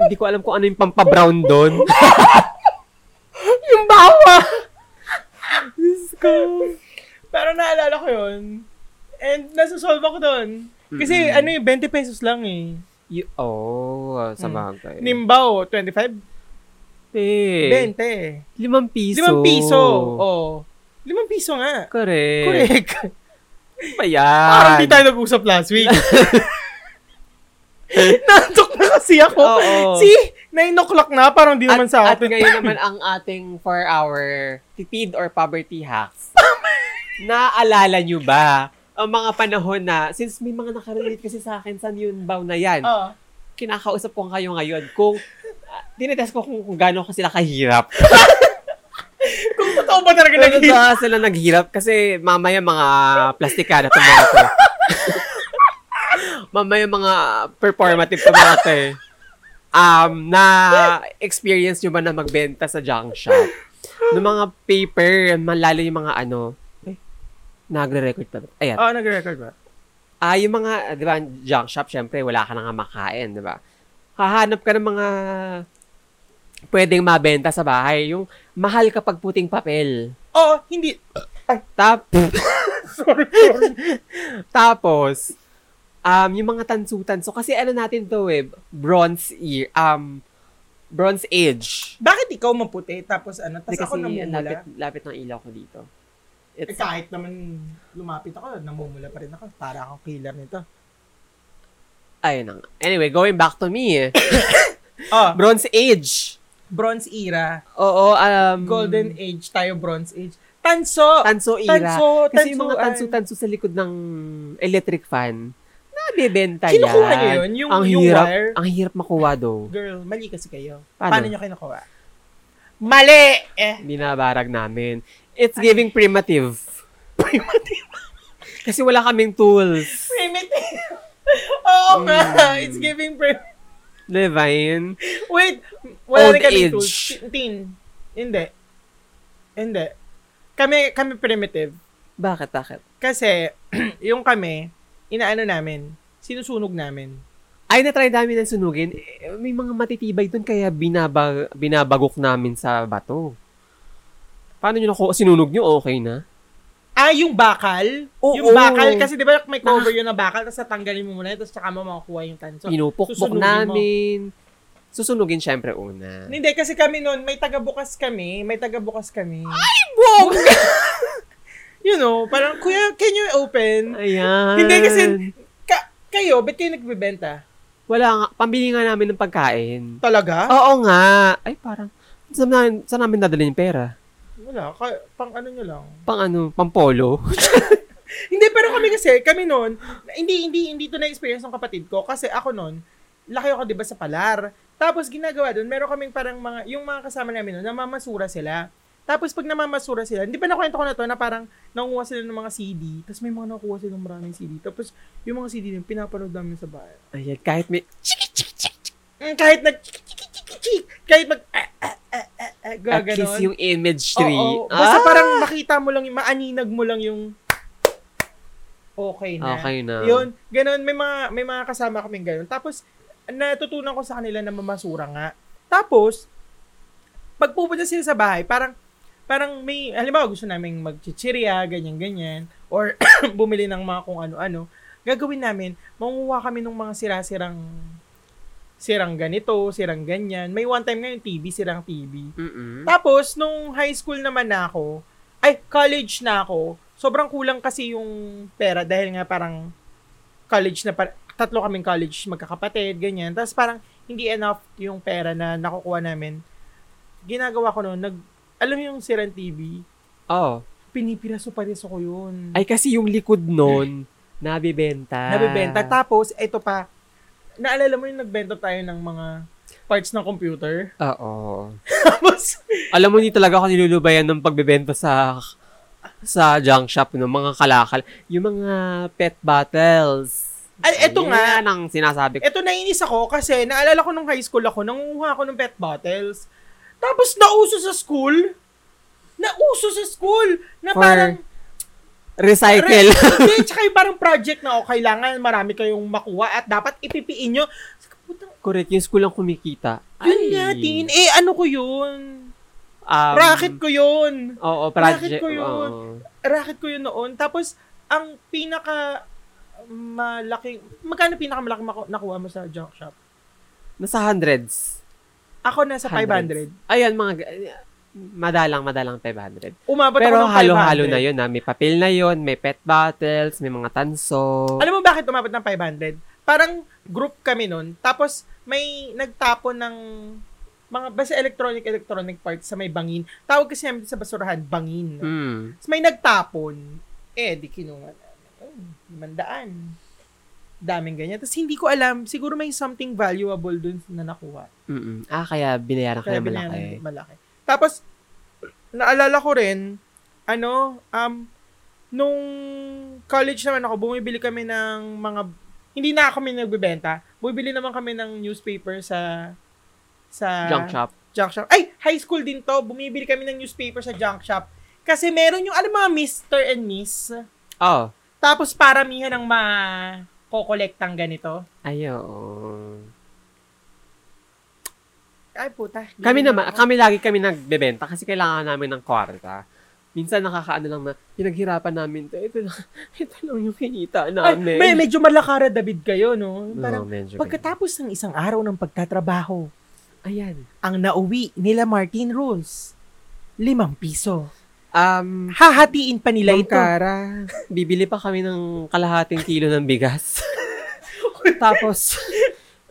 hindi ko alam kung ano yung pampabrown doon. yung bawa! Diyos ko.
Parang naalala ko yun. And nasa-solve ako doon. Kasi
Mm-mm.
ano yung 20 pesos lang eh.
Y- oh, sa
Hmm.
bagay.
Nimbaw, 25?
Nim-
20.
Limang Eh. piso. Eh.
Limang piso. Oo. Limang piso nga.
Correct.
Correct.
Pa yan.
Parang di tayo nag-usap last week. Nantok na kasi ako.
Oo.
See? 9 o'clock na. Parang di naman
at,
sa
at
akin.
ngayon naman ang ating 4-hour tipid or poverty hacks. Naalala nyo ba ang mga panahon na, since may mga nakarelate kasi sa akin, saan yun baw na yan?
Oo.
Kinakausap ko kayo ngayon kung ah, tinetest ko kung, kung gaano ko sila kahirap.
Kung totoo ba talaga
Kung
nag
saan sila naghirap kasi mamaya mga plastikada itong mga to. mamaya mga performative itong mga to eh. Um, na-experience nyo ba na magbenta sa junk shop? Noong mga paper, malalo yung mga ano, eh, nagre-record na ba? Ayan.
Oo, nag-record ba?
Ah, yung mga, di ba, junk shop, syempre, wala ka na nga makain, di ba? Hahanap ka ng mga pwedeng mabenta sa bahay. Yung mahal kapag puting papel.
Oo, hindi.
Tap. Tapos, um, yung mga tansutan. So, kasi ano natin to eh, bronze year, um, bronze age.
Bakit ikaw maputi tapos ano?
Hindi
Tapos ako namumula.
lapit, lapit ng ilaw ko dito.
Eh,
It's,
kahit naman lumapit ako, namumula pa rin ako. Para akong killer nito.
ayun na nga. Anyway, going back to me. eh.
Oh,
Bronze age.
bronze era.
Oo, um,
Golden age tayo, bronze age. Tanso!
tanso era.
Tanso,
kasi yung mga
tansuan.
tanso-tanso sa likod ng electric fan, nabibenta yan.
Kinukuha niyo yun? Yung,
ang
yung
hirap,
wire?
Ang hirap makuha daw.
Girl, mali kasi kayo.
Paano?
Paano, niyo kinukuha? Mali! Eh.
binabarag namin. It's giving primitive. Primitive? Kasi wala kaming tools.
Primitive! Oo
Hmm.
nga! It's giving prim-
Divine.
Wait!
Old
Wala rin kami
age.
tools. Teen. Hindi. Hindi. Kami, kami primitive.
Bakit, bakit?
Kasi, yung kami, inaano namin, sinusunog namin.
Ay, na-try namin ng sunugin. Eh, May mga matitibay dun kaya binabag- binabagok namin sa bato. Paano nyo naku- sinunog nyo? Okay na?
Ah, yung bakal?
Oo.
yung bakal, kasi di ba may cover yun na bakal, tapos tatanggalin mo muna, tapos tsaka mo makukuha yung tanso.
Pinupukpok
susunugin mo.
namin. Susunugin syempre una.
Hindi, kasi kami noon, may taga-bukas kami, may taga-bukas kami.
Bog!
You know, parang, kuya, can you open?
Ayan.
Hindi, kasi, ka- kayo, ba't kayo nagbebenta?
Wala nga. Pambili nga namin ng pagkain.
Talaga?
Oo nga. Ay, parang, saan namin, saan namin dadalhin yung pera?
Wala, ka- pang ano nyo lang.
pang ano, pang polo.
Hindi, pero kami kasi, kami noon, hindi, hindi, hindi to na-experience ng kapatid ko. Kasi ako noon, laki ako, di ba, sa palar. Tapos ginagawa doon, meron kaming parang mga, yung mga kasama namin noon, namamasura sila. Tapos pag namamasura sila, hindi pa nakwento ko na to na parang nanguha sila ng mga CD, tapos may mga nakuha sila ng maraming CD. Tapos yung mga CD din, pinapanood namin sa bahay.
Ayan, kahit may...
Mm, kahit nag kahit mag ah, ah, ah, ah, ah,
At
gaganon.
least yung image
Oo,
tree.
oo. Basta
Ah!
parang makita mo lang, yung- maaninag mo lang yung Ah, okay na.
Okay na.
Yun, ganun, may mga, may mga kasama kaming ganun. Tapos, natutunan ko sa kanila na mamasura nga. Tapos, pag pupunta sila sa bahay, parang, parang may, halimbawa gusto namin magchichirya, ganyan-ganyan, or bumili ng mga kung ano-ano, gagawin namin, manguha kami ng mga sira-sirang, sirang ganito, sirang ganyan. May one time nga yung TV, sirang TV.
Mm-mm.
Tapos, nung high school naman na ako, ay, college na ako, sobrang kulang kasi yung pera dahil nga parang college na, par- tatlo kaming college magkakapatid, ganyan. Tapos parang hindi enough yung pera na nakukuha namin. Ginagawa ko noon, nag, alam mo yung Siran TV,
Oh.
pinipiraso-pariso ko yun.
Ay, kasi yung likod nun, nabibenta.
Nabibenta. Tapos, ito pa, naalala mo yung nagbenta tayo ng mga parts ng computer?
Oo.
Tapos,
Alam mo, hindi talaga ako nilulubayan ng pagbebenta sa sa junk shop ng mga kalakal. Yung mga pet bottles.
ay, ito nga,
Yan ang sinasabi ko.
Ito nainis ako kasi naalala ko nung high school ako, nangunguha ako ng pet bottles. Tapos nauso sa school. Nauso sa school. Na
For
parang,
Recycle.
Re- Hindi, tsaka yung parang project na oh, kailangan marami kayong makuha at dapat ipipiin nyo. Saka, putang-
Correct. Yung school ang kumikita.
Yun
Ay.
nga, teen. Eh, ano ko yun?
Um,
Racket ko yun.
Oo, project.
racket ko yun.
oo.
Racket ko yun noon. Tapos, ang pinaka malaking, magkano pinakamalaki maku- nakuha mo sa junk shop?
Nasa hundreds.
Ako nasa 500.
Hundreds. Ayan, mga... ga- Madalang, madalang 500.
Umabot
Pero
ako ng 500.
halo-halo na yun. Ha? May papel na yun, may pet bottles, may mga tanso.
Alam mo bakit umabot ng 500? Parang group kami nun, tapos may nagtapon ng mga basta electronic electronic parts sa may bangin. Tawag kasi namin sa basurahan, bangin.
Mm.
Tapos may nagtapon, eh di kinuha namin. Oh, limandaan. Daming ganyan. Tapos hindi ko alam, siguro may something valuable dun na nakuha.
Mm-mm. Ah, kaya binayaran ka na
Kaya malaki.
malaki.
malaki. Tapos, naalala ko rin, ano, um, nung college naman ako, bumibili kami ng mga, hindi na kami nagbebenta, bumibili naman kami ng newspaper sa, sa,
Junk shop.
junk shop. Ay, high school din to, bumibili kami ng newspaper sa junk shop. Kasi meron yung, alam mo, mga Mr. and Miss,
Oh.
tapos paramihan ng ma, kokolektang ganito.
Ay, oo.
Ay, puta.
Kami
Hindi
naman,
ako-
kami lagi kami nagbebenta kasi kailangan namin ng kwarta. Minsan nakakaano lang na, pinaghirapan namin to. Ito lang, ito lang yung kinita
Ay,
namin.
may, medyo malakara David kayo, no?
Oo,
Parang,
medyo ganyan.
Pagkatapos ng isang araw ng pagtatrabaho,
Ayan.
ang nauwi nila Martin Rules, limang piso.
Um,
Hahatiin pa nila
Ma'am
ito.
Cara, bibili pa kami ng kalahating kilo ng bigas. Tapos,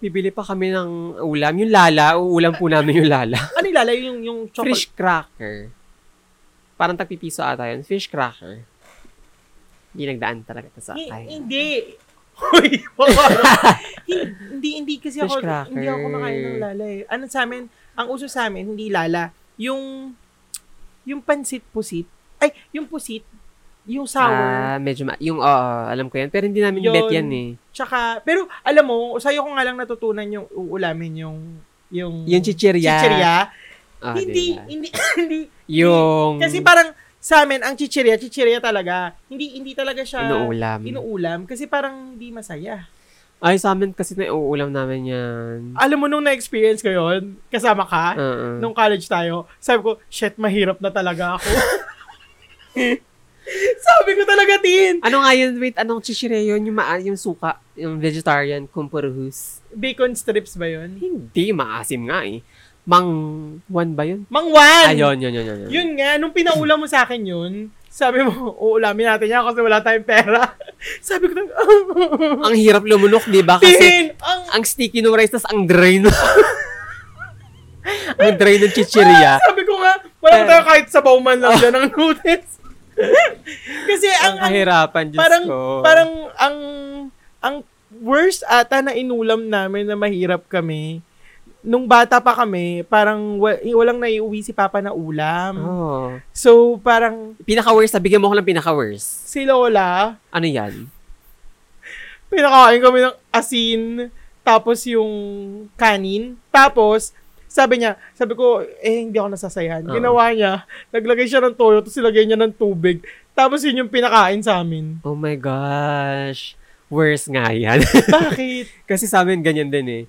bibili pa kami ng ulam. Yung lala, uulam po namin yung lala.
Ano ilalayo yung, yung chocolate?
Fish cracker. Parang tagpipiso ata yun. Fish cracker. Hindi nagdaan talaga ito sa
Hi-
akin.
hindi. Hoy, wala. Hin- hindi, hindi kasi
Fish
ako,
cracker.
hindi ako kumakain ng lala eh. Ano sa amin, ang uso sa amin, hindi lala. Yung, yung pansit-pusit, ay, yung pusit, yung sour,
Ah, medyo ma- yung oo, alam ko yan. Pero hindi namin
Yun.
bet yan eh.
tsaka, pero alam mo, sa'yo ko nga lang natutunan yung uulamin yung, yung,
Yung chichirya.
chichirya.
Ah,
hindi,
diba?
hindi, hindi.
Yung
Kasi parang sa amin, ang chichirya, chichirya talaga. Hindi, hindi talaga siya
inuulam.
inuulam kasi parang hindi masaya.
Ay, sa amin kasi na inuulam namin yan. Ah,
Alam mo nung na-experience ko yon kasama ka,
Oo.
Ah, nung college tayo, sabi ko, shit, mahirap na talaga ako. sabi ko talaga, Tin,
Ano nga yun? Wait, anong chichire yun? Yung, maa- yung suka, yung vegetarian, kumpuruhus.
bacon strips ba yon
Hindi, maasim nga eh. Mang one ba yun?
Mangwan!
Ayun, yun, yun, yun. yun.
Yun nga, nung pinaulam mo sa akin yun, sabi mo, uulamin natin yan kasi wala tayong pera. sabi ko,
Ang hirap lumunok, di ba? Ah, Kasi
Tin, ang
ang sticky ng rice, tas ang drain. ang drain ng chichirya.
Sabi ko nga, wala
Pero-
tayo kahit sabaw man lang dyan ng noodles. Kasi
ang
ang, ang
kahirapan, Diyos
parang,
ko.
parang ang, ang worst ata na inulam namin na mahirap kami, nung bata pa kami, parang wa- eh, walang naiuwi si Papa na ulam.
Oh.
So, parang
Pinaka-worst, ah, bigyan mo ko ng pinaka-worst.
si Lola,
Ano yan?
pinakain kami ng asin, tapos yung kanin. Tapos, sabi niya, sabi ko, eh, hindi ako nasasayan.
Oo.
Ginawa niya, naglagay siya ng toyo, tapos nilagay niya ng tubig. Tapos yun yung pinakain sa amin.
Oh my gosh. Worst nga yan.
Bakit?
Kasi sa amin, ganyan din eh.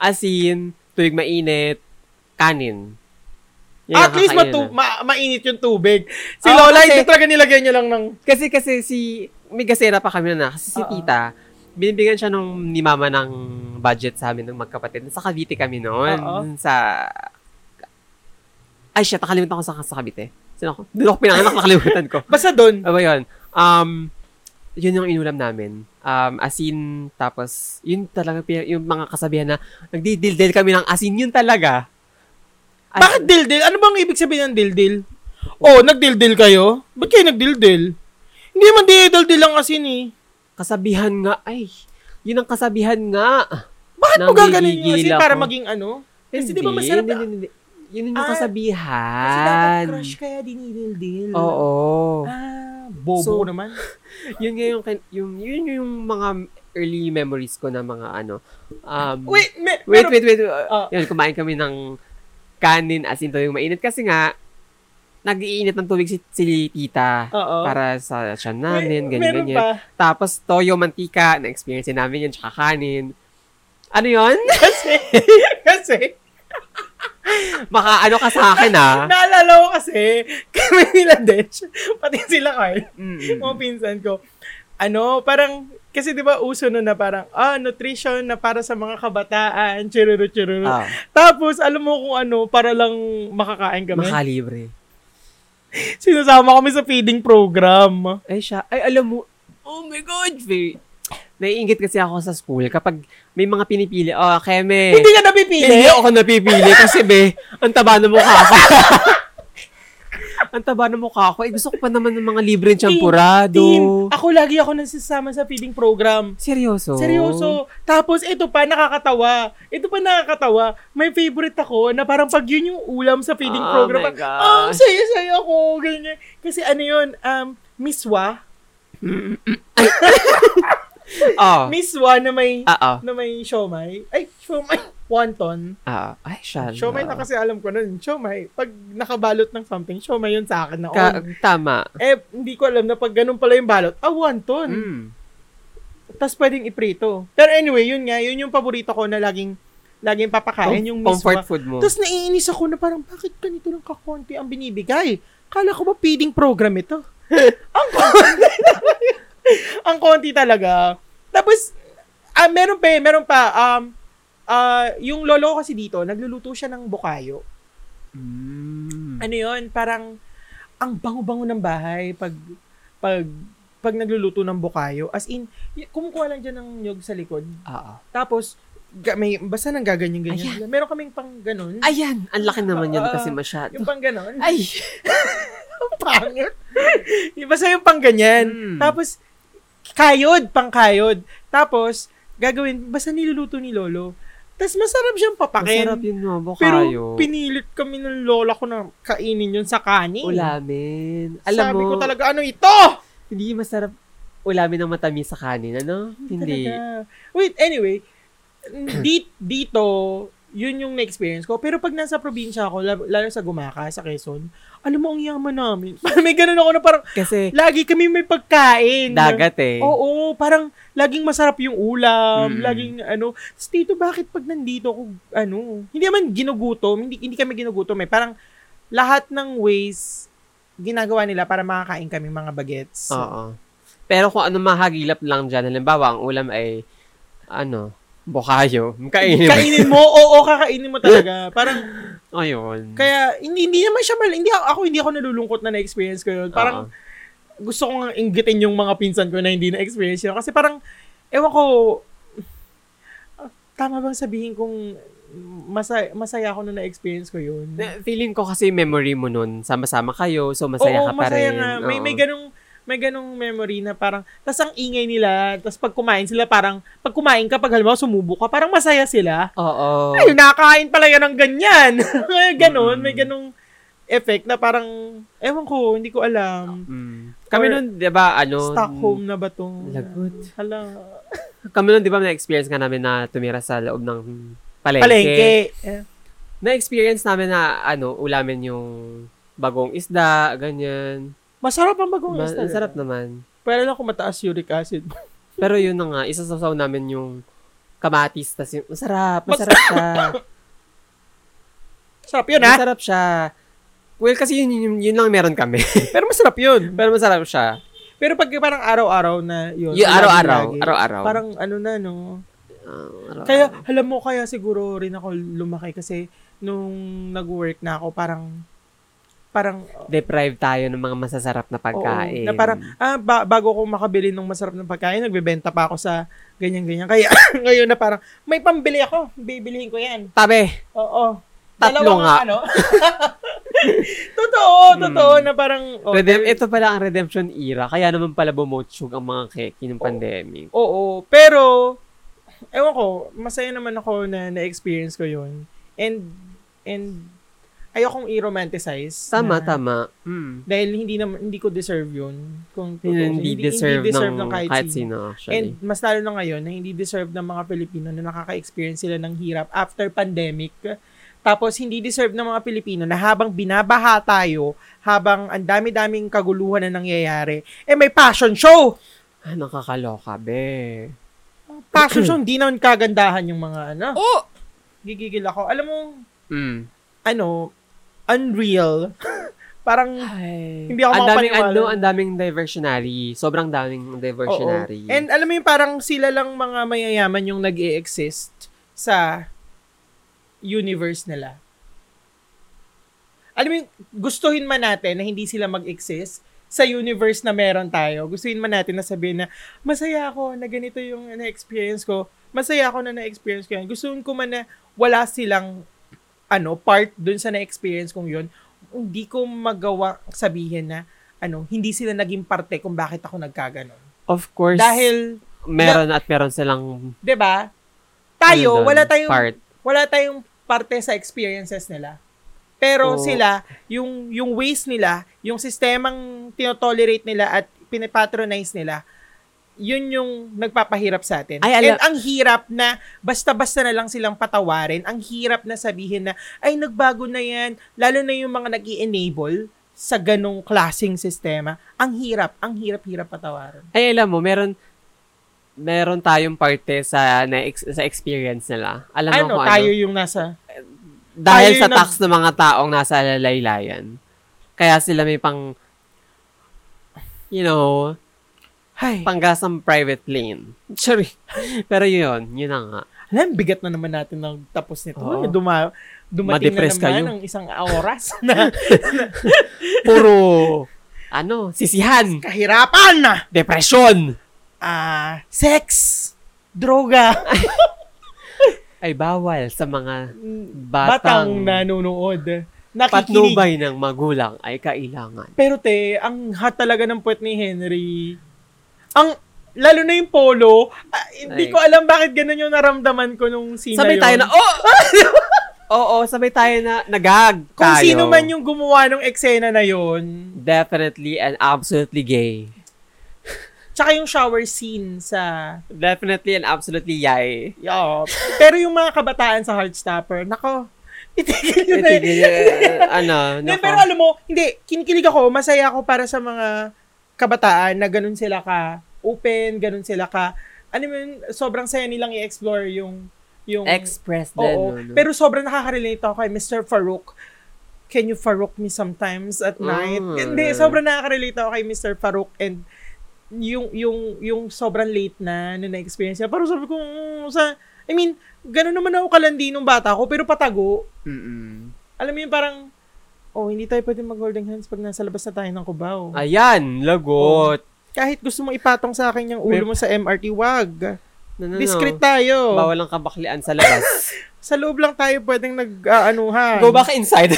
Asin, tuwig mainit, kanin. Yan ang
At least
kakainan
matu-
na.
ma- mainit yung tubig. Si
Oo,
Lola,
kasi-
ito talaga nilagay niya lang ng...
Kasi, kasi si, may gasera pa kami na Kasi si
Oo.
tita, binibigyan siya nung ni mama ng budget sa amin ng magkapatid. Sa Cavite kami noon.
Oo.
Sa... Ay, shit, nakalimutan ko sa, sa Cavite. Sino ako? Doon ako pinanganak, nakalimutan ko.
Basta doon.
Aba yun. Oh Um, yun yung inulam namin. Um, asin, tapos, yun talaga, pina- yung mga kasabihan na, nagdidildil kami ng asin, yun talaga. As-
Bakit dildil? Ano bang ibig sabihin ng dildil? Oh, nagdildil kayo? Ba't kayo nagdildil? Hindi man dildil eh. lang kasi ni.
Kasabihan nga, ay, yun ang kasabihan nga.
Bakit mo gaganin yung
Nanggigil
asin para
ako.
maging ano? Kasi di ba masarap
Hindi, hindi, hindi. Yun yung
Ah, Kasi
kasabihan.
dapat crush kaya dinidildil.
Oo.
Ah, bobo
So-
naman.
Yun nga yung, kin- yung, yun yung mga early memories ko na mga ano. Um,
Wait, me,
Wait,
pero-
wait, wait.
Ah.
yun, kumain kami ng kanin as in yung mainit. Kasi nga, nag-iinit ng tubig si, si tita
Oo.
para sa siya
May-
namin,
meron
ganyan, ganyan.
pa.
Tapos, toyo, mantika, na-experience din namin yun, tsaka kanin. Ano yun?
Kasi, kasi,
Maka ano ka sa akin, ha?
naalala ko kasi, kami nila Dech, pati sila Kyle, mga pinsan ko, ano, parang, kasi di ba uso nun na parang, ah, nutrition na para sa mga kabataan, chiruru, chiruru.
Ah,
Tapos, alam mo kung ano, para lang makakain kami.
makalibre.
Sinasama kami sa feeding program.
Ay, siya. Ay, alam mo. Oh my God, babe. Naiingit kasi ako sa school kapag may mga pinipili. Oh, Keme.
Eh, Hindi ka napipili?
Hindi ako napipili kasi be, ang taba ng mukha ko. ang taba ng mukha ko. Eh, gusto ko pa naman ng mga libreng champurado.
Team, ako lagi ako nasasama sa feeding program.
Seryoso?
Seryoso. Tapos, ito pa, nakakatawa. Ito pa, nakakatawa. May favorite ako na parang pag yun yung ulam sa feeding
Oh
program.
my
parang,
gosh.
"Ah, ang saya-saya ako. Ganyan. Kasi ano yun, um, Miswa.
Oo.
Miswa na may,
Oo.
na may siomay. Ay, siomay. Wonton.
Oo. Ah, Ay, siya.
Siomay na kasi alam ko nun. Siomay. Pag nakabalot ng something, siomay yun sa akin na.
Ka-
oh.
tama.
Eh, hindi ko alam na pag ganun pala yung balot, ah, wonton.
Mm.
Tapos pwedeng iprito. Pero anyway, yun nga, yun yung paborito ko na laging, laging papakain, yung miswa.
Comfort food mo.
Tapos naiinis ako na parang, bakit ganito lang kakonti ang binibigay? Kala ko ba feeding program ito? ang konti Ang konti talaga. Tapos, ah, meron pa, eh, meron pa, um, ah, yung lolo ko kasi dito, nagluluto siya ng bukayo.
Mm.
Ano yun, parang, ang bango-bango ng bahay pag, pag, pag nagluluto ng bukayo. As in, y- kumukuha lang dyan ng nyog sa likod.
Oo.
Tapos, ga- may, basta nang gaganyan-ganyan. Meron kaming pang ganun.
Ayan, ang laki naman yan
Ah,
kasi masyado.
Yung pang ganon.
Ay!
pangit. Iba sa yung pang ganyan.
Mm.
Tapos, kayod, pangkayod. Tapos, gagawin, basta niluluto ni Lolo. Tapos masarap siyang papakin.
Masarap yun no,
Pero
bukayo.
pinilit kami ng lola ko na kainin yun sa kanin.
Ulamin. Alam
Sabi
mo,
ko talaga, ano ito?
hindi masarap ulamin ng matamis sa kanin, ano? Hindi.
Talaga. Wait, anyway, di- dito, yun yung na-experience ko. Pero pag nasa probinsya ako, lalo, lalo sa Gumaca, sa Quezon, alam mo, ang yaman namin. Parang may ganun ako na parang,
Kasi,
lagi kami may pagkain.
dagat eh.
Oo, parang laging masarap yung ulam,
Mm.
laging ano. Tapos dito, bakit pag nandito ako, ano, hindi naman ginugutom, hindi, hindi kami ginugutom eh. Parang lahat ng ways ginagawa nila para makakain kami mga bagets.
Oo. Pero kung ano mahagilap lang dyan, halimbawa, ang ulam ay, ano, bukayo. Kainin.
Kainin mo, oo, kakainin mo talaga. Parang,
Ayun.
kaya, hindi, hindi naman siya mal, hindi ako, ako hindi ako nalulungkot na na-experience ko yun. Parang, gusto ko nga inggitin yung mga pinsan ko na hindi na-experience yun. Kasi parang, ewan ko, ah, tama bang sabihin kong masaya, masaya ako nung na-experience ko yun?
Eh, Na- feeling ko kasi memory mo nun, sama-sama kayo, so masaya
Oo,
ka pa
masaya
rin.
nga. May,
Oo.
may ganung, may ganong memory na parang, tas ang ingay nila, tas pag kumain sila, parang, pag kumain ka, pag halimbawa sumubo ka, parang masaya sila.
Oo.
Ay, nakakain pala yan ng ganyan. Ganon,
Oh.
may
Mm.
ganong effect na parang, ewan ko, hindi ko alam.
Mm. Kami
Or-
nun, di ba, ano,
Stockholm na ba to?
Lagot.
Hala.
Kami nun, di ba, na-experience nga namin na tumira sa loob ng palengke.
Palengke. Eh,
Na-experience namin na, ano, ulamin yung bagong isda, ganyan.
Masarap ang bagong
Ma-
isda.
ang sarap naman.
Pero lang kung mataas uric acid.
Pero yun na nga, isasasaw namin yung kamatis, tas yung, masarap, masarap siya.
Sarap yun, ha?
masarap siya. Well, kasi yun, yun, yun lang meron kami.
Pero masarap yun.
Pero masarap siya.
Pero pag parang araw-araw na yun.
Yung
lagi-lagi,
araw-araw, araw-araw.
Parang ano na, no?
Ah, araw-araw.
Kaya, alam mo, kaya siguro rin ako lumaki kasi nung nag-work na ako, parang, parang,
deprive tayo ng mga masasarap na pagkain.
oo, na parang, ah, ba- bago ko makabili ng masarap na pagkain, nagbebenta pa ako sa ganyan-ganyan. Kaya, ngayon na parang, may pambili ako, bibilihin ko yan.
Tabe!
Oo.
Tatlo
Dalawa
nga. Hmm.
ano? totoo, totoo, na parang, oh,
Redem- ito pala ang redemption era. Kaya naman pala bumotsug ang mga keki ng pandemic.
Oo, pero ewan ko, masaya naman ako na na-experience ko 'yun. And and ayokong i-romanticize.
Tama,
na- Hmm.
tama. Mm.
Dahil hindi naman hindi ko deserve 'yun. Kung totoo,
Hindi, deserve, ng, kahit,
sino.
sino, actually.
And mas lalo na ngayon na hindi deserve ng mga Pilipino na nakaka-experience sila ng hirap after pandemic. Tapos hindi deserve ng mga Pilipino na habang binabaha tayo, habang ang dami-daming kaguluhan na nangyayari, eh may passion show!
ah, nakakaloka, be.
Passion show, hindi naman kagandahan yung mga ano.
Oh!
gigigil ako. Alam mo,
Mm.
ano, unreal. parang,
Ay.
Hindi ako
ang daming,
makapaniwala.
ano, ang daming diversionary. Sobrang daming
oo.
diversionary.
And alam mo yung parang sila lang mga mayayaman yung nag exist sa universe nila. Alam mo yung, gustuhin man natin na hindi sila mag-exist sa universe na meron tayo. Gustuhin man natin na sabihin na, masaya ako na ganito yung na-experience ko. Masaya ako na na-experience ko yan. Gustuhin ko man na wala silang ano, part dun sa na-experience kong yun, hindi ko magawa sabihin na, ano, hindi sila naging parte kung bakit ako nagkaganon.
of course,
Dahil,
meron at meron silang
'di ba?
ano
Tayo,
doon,
wala tayong
part.
wala tayong parte sa experiences nila. Pero
Oo.
sila, yung yung ways nila, yung sistemang tinotolerate nila at pinapatronize nila, yun yung nagpapahirap sa atin.
Ay, ala-
And ang hirap na basta-basta na lang silang patawarin, ang hirap na sabihin na, ay, nagbago na yan, lalo na yung mga nag enable sa ganong klasing sistema. Ang hirap, ang hirap-hirap patawarin.
Ay, alam mo, meron meron tayong parte sa na, ex- sa experience nila. Alam mo
Ano,
kung
tayo
ano?
yung nasa...
Dahil
tayo
sa
yung
tax ng mga taong nasa laylayan. Kaya sila may pang you know,
Ay,
panggas ng private plane. Sorry. Pero yun, yun na nga.
Alam, bigat na naman natin ng tapos nito.
Oo.
Eh, Duma, dumating na
Madepress
naman
kayo.
ang isang oras na
Puro ano, sisihan,
kahirapan na.
depression.
Ah, sex, droga,
Ay bawal sa mga
batang
batang,
nanonood. Nakikinig.
patnubay ng magulang ay kailangan.
Pero te, ang hot talaga ng puwet ni Henry. Ang, lalo na yung polo, ah,
Like-
hindi ko alam bakit ganun yung naramdaman ko nung scene
Sabay
na yun.
tayo na, oh! Oo, sabay tayo na, nagag
Kung
tayo.
sino man yung gumawa ng eksena na yun.
Definitely and absolutely gay.
Tsaka yung shower scene sa
Definitely and absolutely yay.
Yeah. Pero yung mga kabataan sa Heartstopper, nako, itigil yun eh.
Itigil yun. ano,
Hindi,
nako.
pero alam mo, hindi, kinikilig ako, masaya ako para sa mga kabataan na ganun sila ka open, ganun sila ka, ano mo yun, sobrang saya nilang i-explore yung, yung,
Express din. no,
oo,
no.
pero sobrang nakaka-relate ako kay Mr. Farouk. Can you Farouk me sometimes at
Mm.
night? Hindi, sobrang nakaka-relate ako kay Mr. Farouk and yung yung yung sobrang late na na na-experience niya. Pero sabi ko, mm, sa, I mean, ganun naman ako kalandi nung bata ko, pero patago.
Mm-mm.
Alam mo yun, parang, oh, hindi tayo pwede mag-holding hands pag nasa labas na tayo ng Cubao.
Ayan, lagot.
Kahit gusto mo ipatong sa akin yung ulo mo sa MRT, wag.
No, no, no.
Oh, Discreet tayo.
Bawal ang kabaklian sa labas.
Sa loob lang tayo pwedeng nag-anuhan.
Go back inside.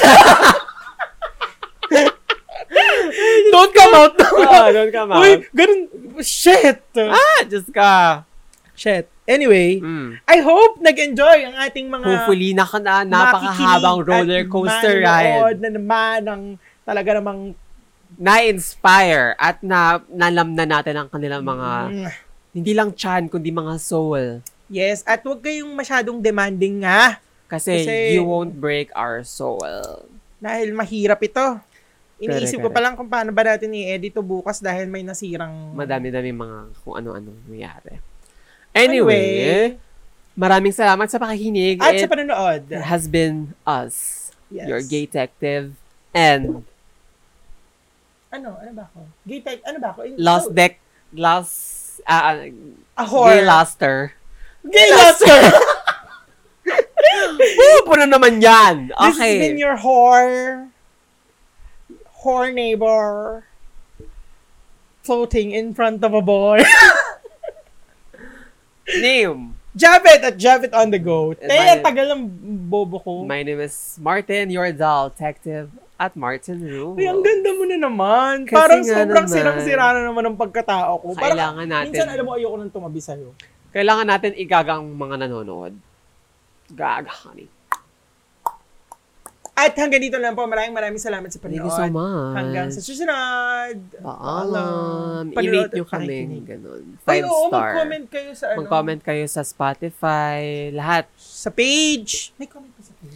Don't come out!
Oo, don't come out.
Uy, ganun. Shit!
Diba? Ah, Diyos ka.
Shit. Anyway,
Mm.
I hope nag-enjoy ang ating mga
Hopefully, naka, na, napakahabang
makikinig
roller
at
coaster
manonood
ride.
na naman ng talaga namang
Na-inspire at na, nalam na natin ang kanilang mga,
Mm,
hindi lang chan, kundi mga soul.
yes at huwag kayong masyadong demanding nga
Kasi,
Kasi-
you won't break our soul.
dahil mahirap ito iniisip
Correct,
ko pa lang kung paano ba natin i-edit to bukas dahil may nasirang
Madami-dami mga kung ano-ano nangyari. Anyway, maraming salamat sa pakikinig.
at sa
It
panonood
has been us,
yes.
your gay detective, and
ano ano ba ako gay type ano ba ako Eh,
last
oh,
deck, last, ah, ah,
a whore.
gay laster.
gay laster
Woo! Puno naman yan!
this has been
Okay.
your whore whore neighbor floating in front of a boy
Name.
Javit at Javit on the go.
And
Tay, ang
Eh, my-
tagal ng bobo ko.
My name is Martin, your doll detective at Martin Rule.
Ay, ang ganda mo na naman.
Kasi
Parang
nga
sobrang
naman.
sirang-sira na naman ang pagkatao ko. Parang,
Kailangan natin.
minsan alam mo, ayoko nang tumabi sa'yo.
Kailangan natin igagang mga nanonood. Gaga, honey.
At hanggang dito lang po. Maraming maraming salamat sa
Thank
panood.
you so much.
Hanggang sa susunod.
Paalam.
Panood
I-rate nyo
at
kami.
pakikinig.
Ganun.
Ay,
Five
oo,
star.
mag-comment kayo sa ano.
Mag-comment kayo sa Spotify. Lahat.
Sa page. May comment pa sa page.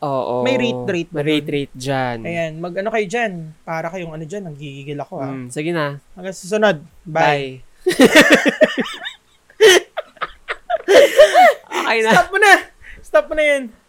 Oo.
May rate, rate ba
May rate, rate dyan.
Ayan, mag-ano kayo dyan. Para kayong ano dyan, nanggigigil ako ha.
Mm, sige na.
Hanggang sa susunod.
Bye.
Bye.
okay na.
Stop mo na! Stop mo na yan.